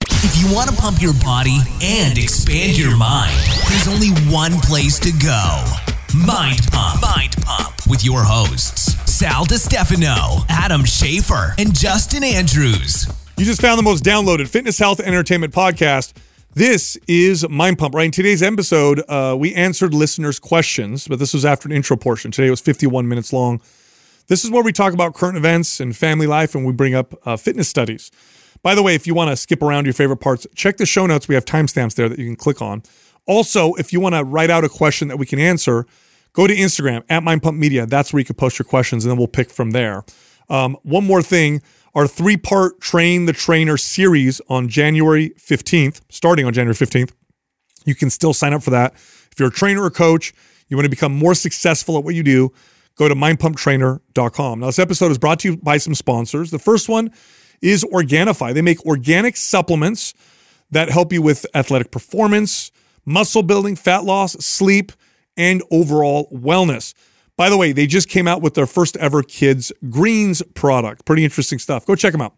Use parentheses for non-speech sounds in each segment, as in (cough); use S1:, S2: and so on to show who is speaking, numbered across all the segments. S1: If you want to pump your body and expand your mind, there's only one place to go Mind Pump. Mind Pump. With your hosts, Sal DiStefano, Adam Schaefer, and Justin Andrews.
S2: You just found the most downloaded fitness, health, and entertainment podcast. This is Mind Pump, right? In today's episode, uh, we answered listeners' questions, but this was after an intro portion. Today was 51 minutes long. This is where we talk about current events and family life, and we bring up uh, fitness studies. By the way, if you want to skip around your favorite parts, check the show notes. We have timestamps there that you can click on. Also, if you want to write out a question that we can answer, go to Instagram at Mind Pump Media. That's where you can post your questions, and then we'll pick from there. Um, one more thing our three part Train the Trainer series on January 15th, starting on January 15th. You can still sign up for that. If you're a trainer or coach, you want to become more successful at what you do, go to mindpumptrainer.com. Now, this episode is brought to you by some sponsors. The first one is Organifi. They make organic supplements that help you with athletic performance, muscle building, fat loss, sleep, and overall wellness. By the way, they just came out with their first ever kids greens product. Pretty interesting stuff. Go check them out.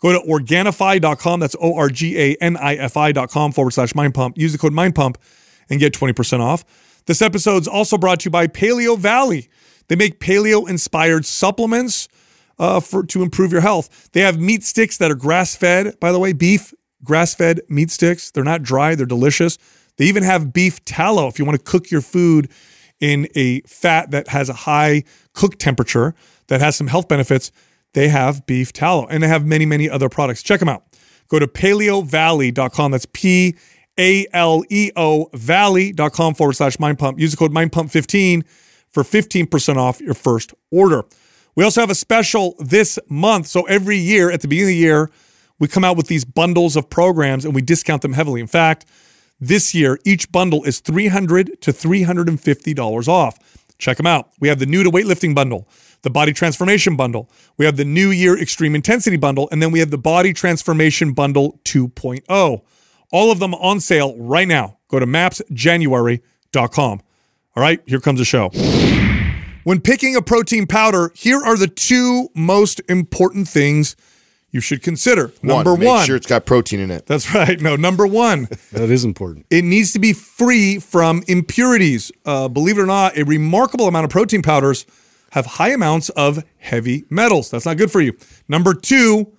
S2: Go to organify.com. That's O R G A N I F I.com forward slash mind pump. Use the code mind pump and get 20% off. This episode's also brought to you by Paleo Valley. They make paleo inspired supplements uh, for to improve your health. They have meat sticks that are grass fed, by the way, beef grass fed meat sticks. They're not dry, they're delicious. They even have beef tallow if you want to cook your food in a fat that has a high cook temperature that has some health benefits, they have beef tallow and they have many, many other products. Check them out. Go to paleovalley.com. That's P A L E O valley.com forward slash mind pump. Use the code mind pump 15 for 15% off your first order. We also have a special this month. So every year at the beginning of the year, we come out with these bundles of programs and we discount them heavily. In fact, this year, each bundle is $300 to $350 off. Check them out. We have the new to weightlifting bundle, the body transformation bundle, we have the new year extreme intensity bundle, and then we have the body transformation bundle 2.0. All of them on sale right now. Go to mapsjanuary.com. All right, here comes the show. When picking a protein powder, here are the two most important things you should consider. Number
S3: make
S2: one.
S3: sure it's got protein in it.
S2: that's right. No, number one.
S4: That is important.
S2: It needs to be free from impurities. Uh, believe it or not, a remarkable amount of protein powders have high amounts of heavy metals. That's not good for you. Number two,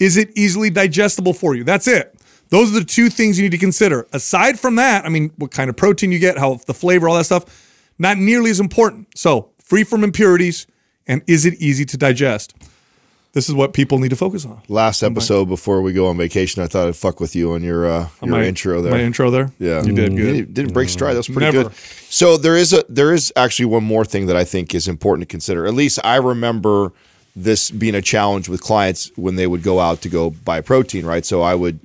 S2: is it easily digestible for you? That's it. Those are the two things you need to consider. Aside from that, I mean, what kind of protein you get, how the flavor, all that stuff, not nearly as important. So, free from impurities, and is it easy to digest? This is what people need to focus on.
S3: Last episode before we go on vacation, I thought I'd fuck with you on your uh, your
S2: My-
S3: intro there.
S2: My intro there.
S3: yeah,
S2: you did good.
S3: You Mm-hmm. didn't break stride. That was pretty
S2: Never.
S3: good. So there is a there is actually one more thing that I think is important to consider. At least I remember this being a challenge with clients when they would go out to go buy protein. Right, so I would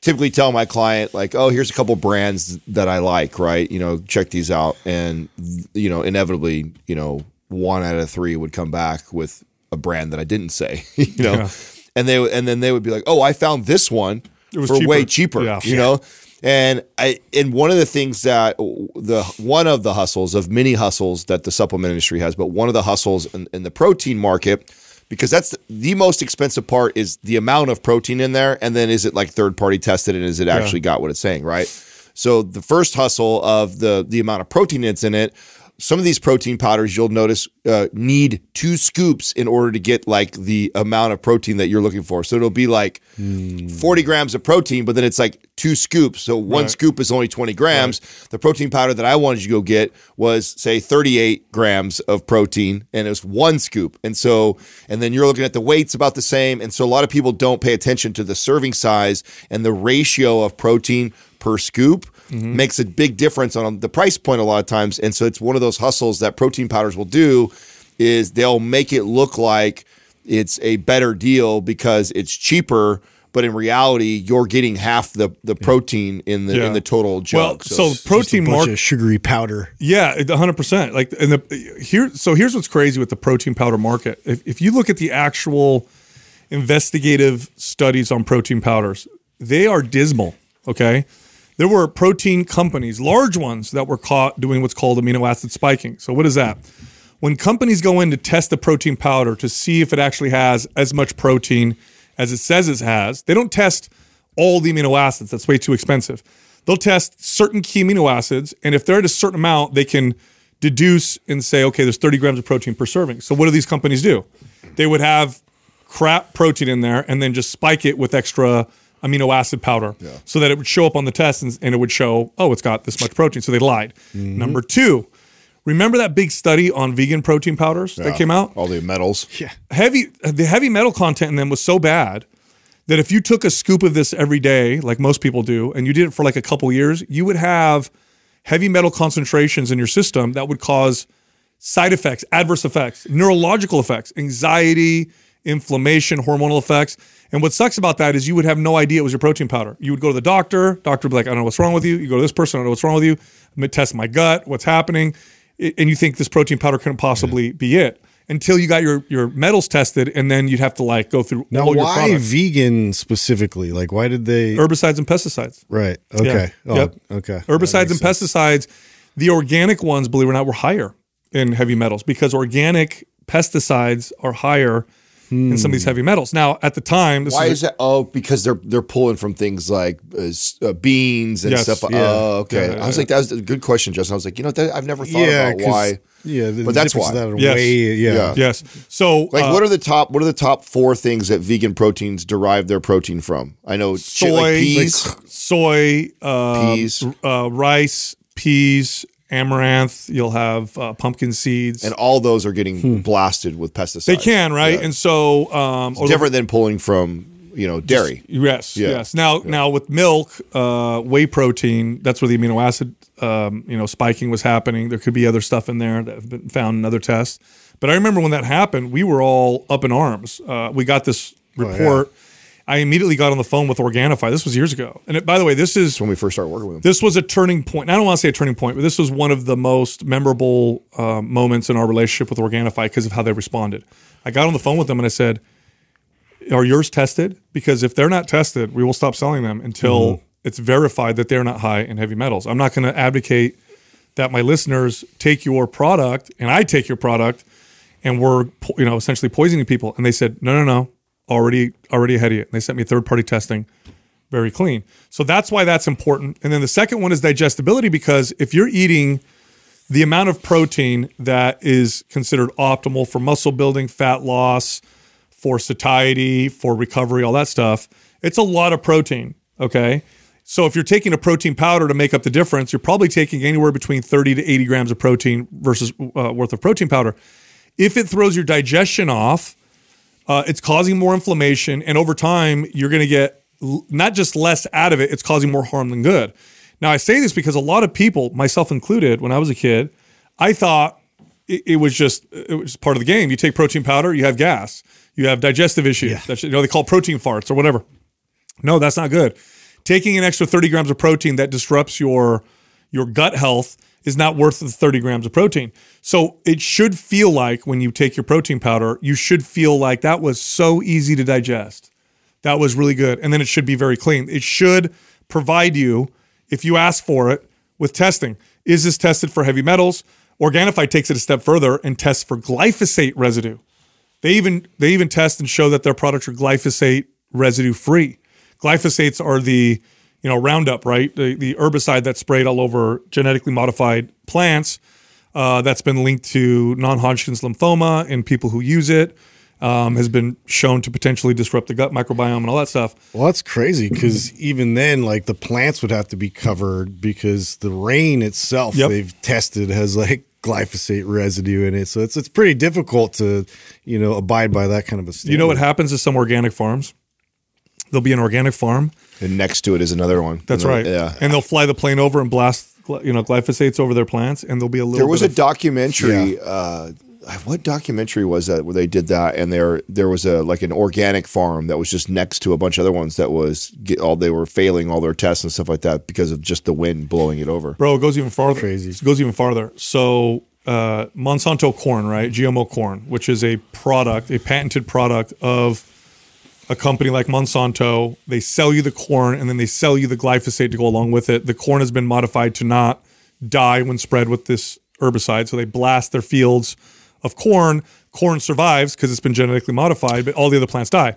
S3: typically tell my client like, "Oh, here's a couple brands that I like, right? You know, check these out." And you know, inevitably, you know, one out of three would come back with a brand that I didn't say, (laughs) you know. And they would- and then they would be like, "Oh, I found this one
S2: was
S3: for way
S2: cheaper."
S3: cheaper."
S2: Yeah.
S3: You know, and I and one of the things that the one of the hustles of many hustles that the supplement industry has, but one of the hustles in, in the protein market, because that's the, most expensive part is the amount of protein in there, and then is it like third party tested and is it actually got what it's saying, right? So the first hustle of the the amount of protein that's in it. Some of these protein powders you'll notice uh, need two scoops in order to get like the amount of protein that you're looking for. So it'll be like 40 grams of protein, but then it's like two scoops. So one scoop is only 20 grams. The protein powder that I wanted you to go get was, say, 38 grams of protein, and it was one scoop. And so, and then you're looking at the weights about the same. And so a lot of people don't pay attention to the serving size and the ratio of protein per scoop.
S2: Mm-hmm.
S3: Makes a big difference on the price point a lot of times. And so it's one of those hustles that protein powders will do is they'll make it look like it's a better deal because it's cheaper. But in reality, you're getting half the, the protein in the
S2: Yeah.
S3: in the total
S2: Well,
S3: jug.
S2: so,
S3: it's-
S2: protein
S4: Bunch
S2: market.
S4: of sugary powder.
S2: Yeah, it- 100%. Like and the here so here's what's crazy with the protein powder market. If if you look at the actual investigative studies on protein powders, they are dismal, okay? There were protein companies, large ones that were caught doing what's called amino acid spiking. So what is that? When companies go in to test the protein powder to see if it actually has as much protein as it says it has, they don't test all the amino acids. That's way too expensive. They'll test certain key amino acids, and if they're at a certain amount, they can deduce and say, okay, there's 30 grams of protein per serving. So what do these companies do? They would have crap protein in there and then just spike it with extra amino acid powder so that it would show up on the test and, and it would show, oh, it's got this much protein. So they lied. Number two, remember that big study on vegan protein powders that came out?
S3: All the metals.
S4: Yeah.
S2: heavy the heavy metal content in them was so bad that if you took a scoop of this every day like most people do and you did it for like a couple years you would have heavy metal concentrations in your system that would cause side effects adverse effects neurological effects anxiety inflammation hormonal effects and what sucks about that is you would have no idea it was your protein powder you would go to the doctor doctor would be like i don't know what's wrong with you you go to this person i don't know what's wrong with you i'm going to test my gut what's happening I- and you think this protein powder couldn't possibly be it until you got your your metals tested, and then you'd have to like go through
S4: Now,
S2: all your
S4: why
S2: products,
S4: vegan specifically? Like, why did they?
S2: herbicides and pesticides.
S4: right. Okay. Oh,
S2: Yep.
S4: Okay.
S2: Herbicides and pesticides, the organic ones, believe it or not, were higher in heavy metals because organic pesticides are higher in some of
S4: Hmm.
S2: these heavy metals. Now, at the time, this
S3: Why
S2: is,
S3: is that? Oh, because they're they're pulling from things like uh, s- uh, beans and
S2: Yes,
S3: stuff.
S2: yeah.
S3: Oh, okay.
S2: Yeah,
S3: I was like, that was a good question, Justin. I was like, you know, that, I've never thought
S4: yeah.
S3: about why.
S4: Yeah. The,
S3: But that's
S4: difference
S3: why.
S4: That are
S2: Yes.
S4: way, yeah.
S3: Yeah.
S2: yes. So
S3: Like,
S2: uh,
S3: what are the top? What are the top four things that vegan proteins derive their protein from? I know
S2: soy,
S3: shit like peas,
S2: soy, uh,
S3: peas,
S2: uh, rice, peas, amaranth. You'll have uh, pumpkin seeds.
S3: and all those are getting blasted with pesticides.
S2: hmm. they can right, and so um, or the-
S3: different than pulling from you know dairy.
S2: Yes,
S3: Yeah.
S2: yes. Now, now with milk, uh, whey protein, that's where the amino acid, um, you know, spiking was happening. There could be other stuff in there that have been found in other tests. But I remember when that happened, we were all up in arms. Uh, we got this
S3: Oh,
S2: report. I immediately got on the phone with Organifi. This was years ago. And it, by the way, this is
S3: when we first started working with them.
S2: this was a turning point. And I don't want to say a turning point, but this was one of the most memorable uh, moments in our relationship with Organifi because of how they responded. I got on the phone with them and I said, "Are yours tested? Because if they're not tested, we will stop selling them until it's verified that they're not high in heavy metals. I'm not going to advocate that my listeners take your product and I take your product and we're po- you know essentially poisoning people." And they said, "No, no, no, already already ahead of you." And they sent me third party testing very clean. So that's why that's important. And then the second one is digestibility because if you're eating the amount of protein that is considered optimal for muscle building, fat loss, for satiety, for recovery, all that stuff, it's a lot of protein. Okay. So if you're taking a protein powder to make up the difference, you're probably taking anywhere between 30 to 80 grams of protein versus uh, worth of protein powder. If it throws your digestion off, uh, it's causing more inflammation, and over time, you're going to get l- not just less out of it; it's causing more harm than good. Now, I say this because a lot of people, myself included, when I was a kid, I thought it, it was just it was part of the game. You take protein powder, you have gas, you have digestive issues. That's, you know they call it protein farts or whatever. No, that's not good. Taking an extra 30 grams of protein that disrupts your your gut health is not worth the 30 grams of protein. So it should feel like when you take your protein powder, you should feel like that was so easy to digest. That was really good. And then it should be very clean. It should provide you, if you ask for it, with testing. Is this tested for heavy metals? Organifi takes it a step further and tests for glyphosate residue. They even they even test and show that their products are glyphosate residue free. Glyphosates are the you know Roundup, right? The, the herbicide that's sprayed all over genetically modified plants. Uh, that's been linked to non-Hodgkin's lymphoma and people who use it um, has been shown to potentially disrupt the gut microbiome and all that stuff.
S4: Well, that's crazy because even then, like the plants would have to be covered because the rain itself
S2: Yep.
S4: they've tested has like glyphosate residue in it. So it's it's pretty difficult to you know abide by that kind of a standard.
S2: You know what happens to some organic farms? There'll be an organic farm
S3: And next to it is another one.
S2: That's right.
S3: Yeah.
S2: And they'll fly the plane over and blast, gly- you know, glyphosates over their plants, and there'll be a little.
S3: There was a
S2: bit of-
S3: documentary. Uh, what documentary was that where they did that? And there, there was a like an organic farm that was just next to a bunch of other ones that was get, all they were failing all their tests and stuff like that because of just the wind blowing it over.
S2: bro. It goes even farther.
S4: Crazy.
S2: It goes even farther. So uh, Monsanto corn, right? GMO corn, which is a product, a patented product of a company like Monsanto. They sell you the corn, and then they sell you the glyphosate to go along with it. The corn has been modified to not die when spread with this herbicide. So they blast their fields of corn. Corn survives because it's been genetically modified, but all the other plants die.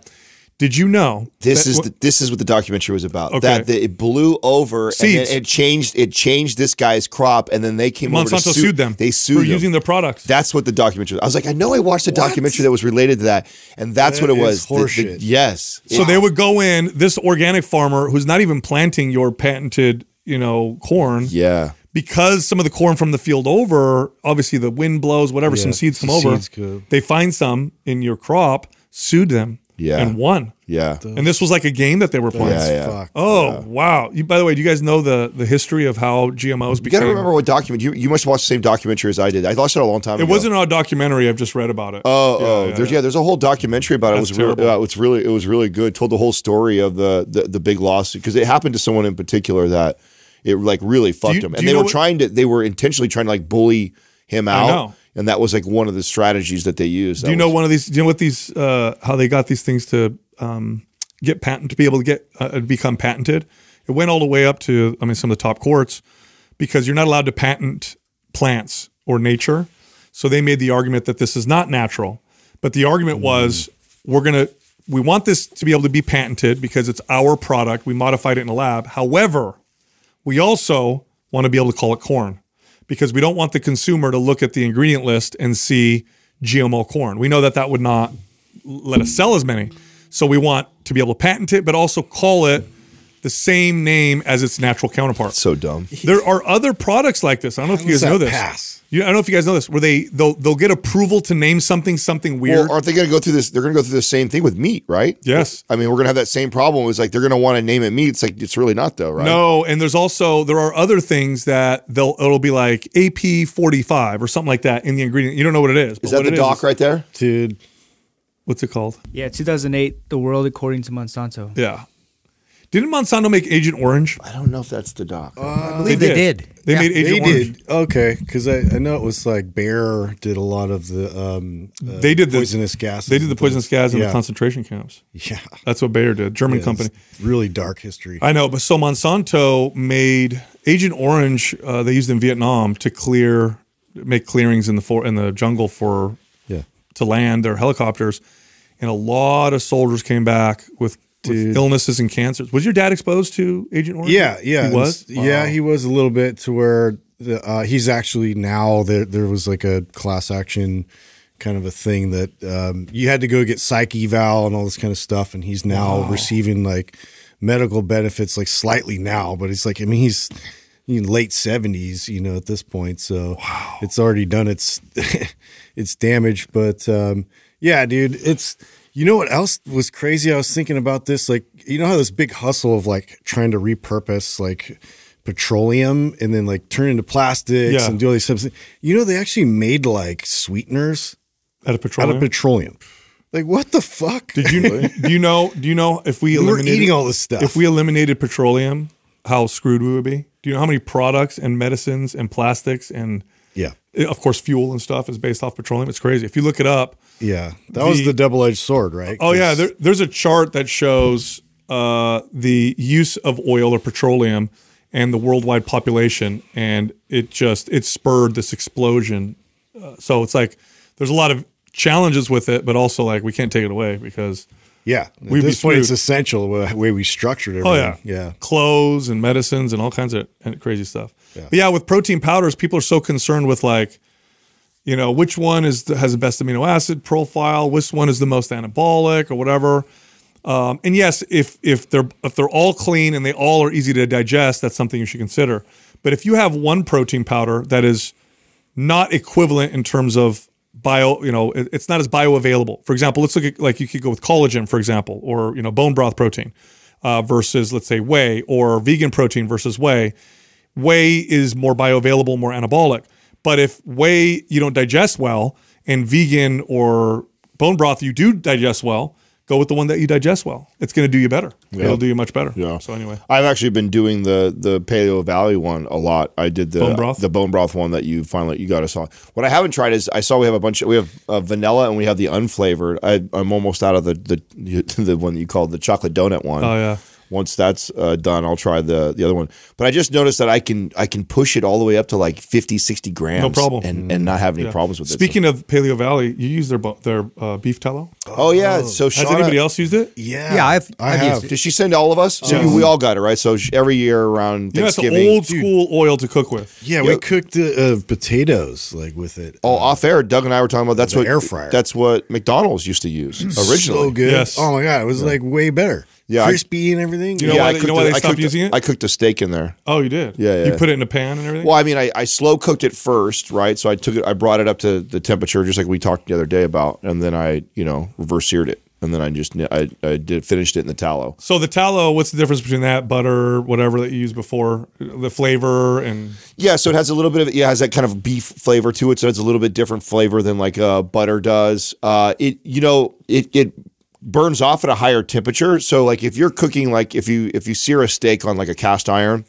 S2: Did you know
S3: This
S2: that-
S3: is
S2: wh-
S3: the, this is what the documentary was about.
S2: Okay.
S3: That the, it blew over and
S2: Seeds.
S3: then it changed it changed this guy's crop, and then they came over to
S2: Monsanto
S3: sue-
S2: sued them?
S3: They sued
S2: for
S3: them.
S2: using the products.
S3: That's what the documentary. Was. I was like, I know I watched a documentary that was related to that, and that's
S4: That
S3: what it
S4: is
S3: was. The- the-
S4: horseshit.
S3: yes.
S2: So they would go in this organic farmer who's not even planting your patented, you know, corn
S3: yeah.
S2: because some of the corn from the field over, obviously the wind blows, whatever, some
S4: Yeah,
S2: seeds come
S4: some
S2: over.
S4: seeds go.
S2: They find some in your crop, sued them,
S3: Yeah.
S2: and won.
S3: Yeah.
S2: And this was like a game that they were playing.
S3: Yeah, yeah.
S4: Fuck.
S2: Oh wow! You, by the way, do you guys know the the history of how GMOs
S3: You got
S2: became?
S3: to remember what document you you must watch the same documentary as I did. I watched it a long time
S2: it
S3: ago.
S2: wasn't a documentary. I've just read about it.
S3: Oh,
S2: Yeah,
S3: oh,
S2: yeah,
S3: there's
S2: yeah.
S3: yeah. there's a whole documentary about it. It
S2: That's
S3: was really,
S2: terrible.
S3: uh, it was really, it was really good. Told the whole story of the the, the big lawsuit because it happened to someone in particular that it like really fucked
S2: you-
S3: him,
S2: do
S3: and
S2: you
S3: they
S2: know
S3: were
S2: what-
S3: trying to, they were intentionally trying to like bully him
S2: know.
S3: out, and that was like one of the strategies that they used.
S2: Do you know one of these? Do you know what these? Uh, how they got these things to um, get patent to be able to get uh, become patented? It went all the way up to I mean some of the top courts because you're not allowed to patent plants or nature. So they made the argument that this is not natural, but the argument was we're gonna we want this to be able to be patented because it's our product. We modified it in a lab. However, we also want to be able to call it corn because we don't want the consumer to look at the ingredient list and see GMO corn. We know that that would not let us sell as many. So we want to be able to patent it, but also call it the same name as its natural counterpart.
S3: so dumb.
S2: There are other products like this. I don't know if you
S4: does
S2: guys know
S4: that
S2: this.
S4: pass?
S2: You, I don't know if you guys know this, where they they'll they'll get approval to name something something weird.
S3: Well, aren't they going to go through this? They're going to go through the same thing with meat, right?
S2: Yes.
S3: I mean, we're going to have that same problem. It's like they're going to want to name it meat. It's like it's really not though, right?
S2: No, and there's also there are other things that they'll it'll be like AP 45 or something like that in the ingredient. You don't know what it is.
S3: Is that the doc right there?
S4: dude.
S2: What's it called?
S5: Yeah, 2008, the world according to Monsanto.
S2: Yeah. Didn't Monsanto make Agent Orange?
S3: I don't know if that's the doc.
S2: Uh,
S5: I believe they, did.
S2: They
S5: Yeah.
S2: made Agent
S4: they
S2: Orange.
S4: did okay because I, I know it was like Bear did a lot of the um uh,
S2: They did the
S4: poisonous gas.
S2: They did the poisonous gas in
S4: Yeah.
S2: the concentration camps.
S4: yeah
S2: That's what Bayer did. German
S4: It's
S2: company.
S4: really dark history.
S2: I know, but so Monsanto made Agent Orange. Uh, they used in Vietnam to clear, make clearings in the for, in the jungle for
S4: yeah,
S2: to land their helicopters, and a lot of soldiers came back with, with illnesses and cancers. Was your dad exposed to Agent Orange?
S4: yeah, yeah.
S2: He
S4: and
S2: was.
S4: s- Yeah, he was a little bit to where the, uh, he's actually now there. There was like a class action kind of a thing that um, you had to go get psych eval and all this kind of stuff, and he's now receiving like medical benefits, like slightly now, but it's like I mean he's. In late seventies, you know, at this point, so it's already done its (laughs) its damage. But um, yeah, dude, it's You know what else was crazy? I was thinking about this. Like, you know how this big hustle of like trying to repurpose like petroleum and then like turn into plastics
S2: Yeah.
S4: and do all these substances. You know, they actually made like sweeteners
S2: Out of petroleum.
S4: out of petroleum. Like, what the fuck?
S2: Did
S4: (laughs)
S2: you do you know do you know if we
S4: We were
S2: eliminated
S4: eating all this stuff.
S2: If we eliminated petroleum, how screwed we would be? Do you know how many products and medicines and plastics and
S4: yeah.
S2: of course fuel and stuff is based off petroleum? It's crazy. If you look it up,
S4: Yeah. That was
S2: The-
S4: the double edged sword, right?
S2: oh yeah,
S4: 'Cause-
S2: there, there's a chart that shows uh, the use of oil or petroleum and the worldwide population, and it just it spurred this explosion. Uh, so it's like there's a lot of challenges with it, but also like we can't take it away because
S4: yeah. At
S2: we'd be
S4: this point, it's
S2: screwed.
S4: essential the way we structured everything.
S2: Oh yeah,
S4: Yeah.
S2: Clothes and medicines and all kinds of and crazy stuff. But yeah, with protein powders, people are so concerned with like, you know, which one is the, has the best amino acid profile, which one is the most anabolic or whatever. Um, and yes, if if they're if they're all clean and they all are easy to digest, that's something you should consider. But if you have one protein powder that is not equivalent in terms of bio, you know, it- it's not as bioavailable. For example, let's look at like you could go with collagen, for example, or you know, bone broth protein uh, versus let's say whey or vegan protein versus whey. Whey is more bioavailable, more anabolic. But if whey you don't digest well and vegan or bone broth you do digest well, go with the one that you digest well. It's going to do you better. It'll do you much better.
S3: Yeah.
S2: So anyway,
S3: I've actually been doing the the Paleo Valley one a lot. I did the
S2: Bone broth?
S3: the bone broth one that you finally you got us on. What I haven't tried is I saw we have a bunch. Of, we have uh, vanilla and we (laughs) have the unflavored. I, I'm almost out of the the the one that you called the chocolate donut one.
S2: oh yeah.
S3: Once that's uh, done, I'll try the the other one. But I just noticed that I can I can push it all the way up to like 50, 60 grams,
S2: No problem.
S3: and, and not have any
S2: Yeah.
S3: problems with it.
S2: Speaking of Paleo Valley, you use their bu- their uh, beef tallow.
S3: oh yeah, so
S2: Has
S3: Shauna,
S2: anybody else used it?
S4: Yeah,
S5: Yeah, I've-
S4: I
S5: I've
S4: have.
S5: used
S3: Did she send all of us? So
S2: Yeah.
S3: we all got it right. So sh- every year around
S2: You know, it's an
S3: Thanksgiving.
S2: old school oil to cook with.
S4: Yeah, we cooked uh, uh, potatoes like with it.
S3: Oh, off air, Doug and I were talking about that's
S4: The
S3: what
S4: air fryer.
S3: That's what McDonald's used to use originally.
S4: so good.
S2: Yes.
S4: Oh my god, it was like way better.
S3: Yeah, I-
S4: crispy and everything.
S2: You know why they- you
S3: cooked
S2: know why
S3: a-
S2: they stopped
S3: cooked a-
S2: using it?
S3: I cooked a steak in there.
S2: Oh, you did.
S3: Yeah,
S2: You
S3: yeah.
S2: put it in a pan and everything.
S3: Well, I mean, I, I slow cooked it first, right? So I took it, I brought it up to the temperature, just like we talked the other day about, and then I, you know, reverse seared it, and then I just kn- I, I did finished it in the tallow.
S2: So the tallow, what's the difference between that butter, whatever that you used before, the flavor and
S3: Yeah, so it has a little bit of yeah, it has that kind of beef flavor to it. So it's a little bit different flavor than like uh, butter does. Uh, it you know it it burns off at a higher temperature. So like if you're cooking like if you if you sear a steak on like a cast iron,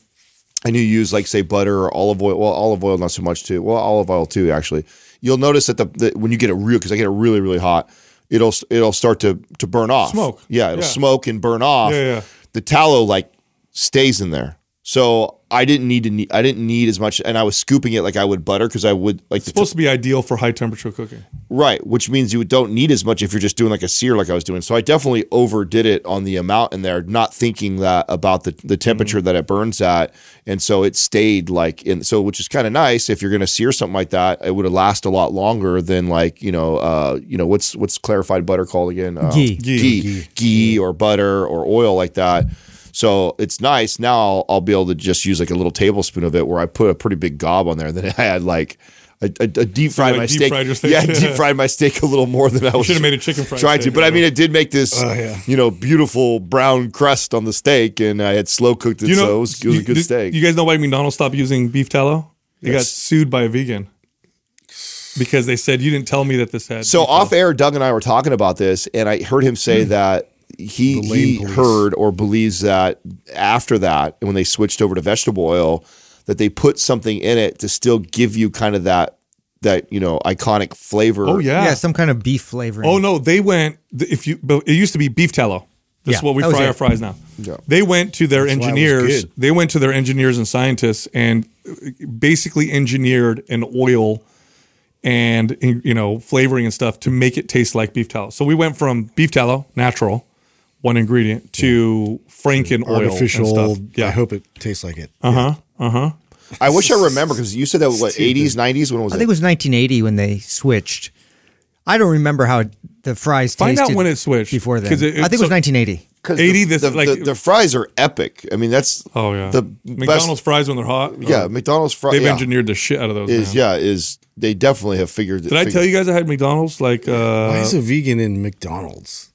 S3: and you use like say butter or olive oil well olive oil not so much too well olive oil too actually you'll notice that the, the when you get it real because i get it really really hot it'll it'll start to to burn off
S2: Smoke.
S3: yeah it'll
S2: Yeah.
S3: smoke and burn off
S2: Yeah, yeah.
S3: the tallow like stays in there so i didn't need to need i didn't need as much and i was scooping it like i would butter because i would like
S2: it's
S3: the
S2: supposed to be ideal for high temperature cooking.
S3: Right, which means you don't need as much if you're just doing like a sear, like I was doing. So I definitely overdid it on the amount in there, not thinking that about the the temperature that it burns at, and so it stayed like in. So which is kind of nice if you're going to sear something like that, it would last a lot longer than like you know, uh, you know what's what's clarified butter called again? Uh,
S5: Ghee.
S3: ghee, ghee, or butter or oil like that. So it's nice. Now I'll, I'll be able to just use like a little tablespoon of it, where I put a pretty big gob on there. Then (laughs) I had like. A, a, a deep fried
S2: like
S3: my
S2: deep
S3: steak.
S2: fried your steak. (laughs)
S3: Yeah, deep fried my steak a little more than I was.
S2: should've made a chicken fried
S3: Tried to,
S2: steak, Oh,
S3: but I
S2: yeah.
S3: mean, it did make this,
S4: yeah.
S3: you know, beautiful brown crust on the steak, and I had slow cooked it,
S2: You know,
S3: so it was, it was
S2: you-
S3: a good
S2: did-
S3: steak.
S2: You guys know why McDonald's stopped using beef tallow? They got
S3: Yes.
S2: sued by a vegan because they said you didn't tell me that this had.
S3: so
S2: beef
S3: off air, Doug and I were talking about this, and I heard him say
S2: Hmm.
S3: that he
S4: The lane
S3: he
S4: police.
S3: heard or believes that after that, when they switched over to vegetable oil, that they put something in it to still give you kind of that that you know iconic flavor.
S2: tallow. Oh yeah.
S6: Yeah. some kind of beef flavoring.
S2: Oh no, they went. th- If you, but it used to be beef tallow. This is
S6: Yeah,
S2: what we
S6: that was
S2: fry
S6: it.
S2: our fries now.
S3: Yeah.
S2: They went to their
S4: why it was
S2: engineers.
S4: good.
S2: They went to their engineers and scientists and uh, basically engineered an oil and you know flavoring and stuff to make it taste like beef tallow. So we went from beef tallow, natural, one ingredient, to Franken oil, and
S4: artificial.
S2: stuff.
S4: I
S2: Yeah. Uh-huh.
S4: hope it tastes like it.
S3: I wish I remember because you said that was, what eighties, nineties. When was
S6: I
S3: it?
S6: think it was 1980 when they switched. I don't remember how the fries
S2: Find out
S6: tasted
S2: when it switched,
S6: before then.
S2: 'cause it- it-
S6: I think it
S2: so-
S6: was 1980.
S3: 'Cause
S2: 80,
S3: the,
S2: this-
S3: the,
S2: like-
S3: the, the fries are epic. I mean, that's
S2: Oh yeah.
S3: the
S2: McDonald's
S3: best-
S2: fries when they're hot.
S3: Yeah,
S2: oh,
S3: McDonald's fries.
S2: they've
S3: yeah,
S2: engineered the shit out of those.
S3: Is
S2: man.
S3: yeah is they definitely have figured.
S2: Did I tell you guys I had McDonald's? Like, uh,
S4: Why is a vegan in McDonald's?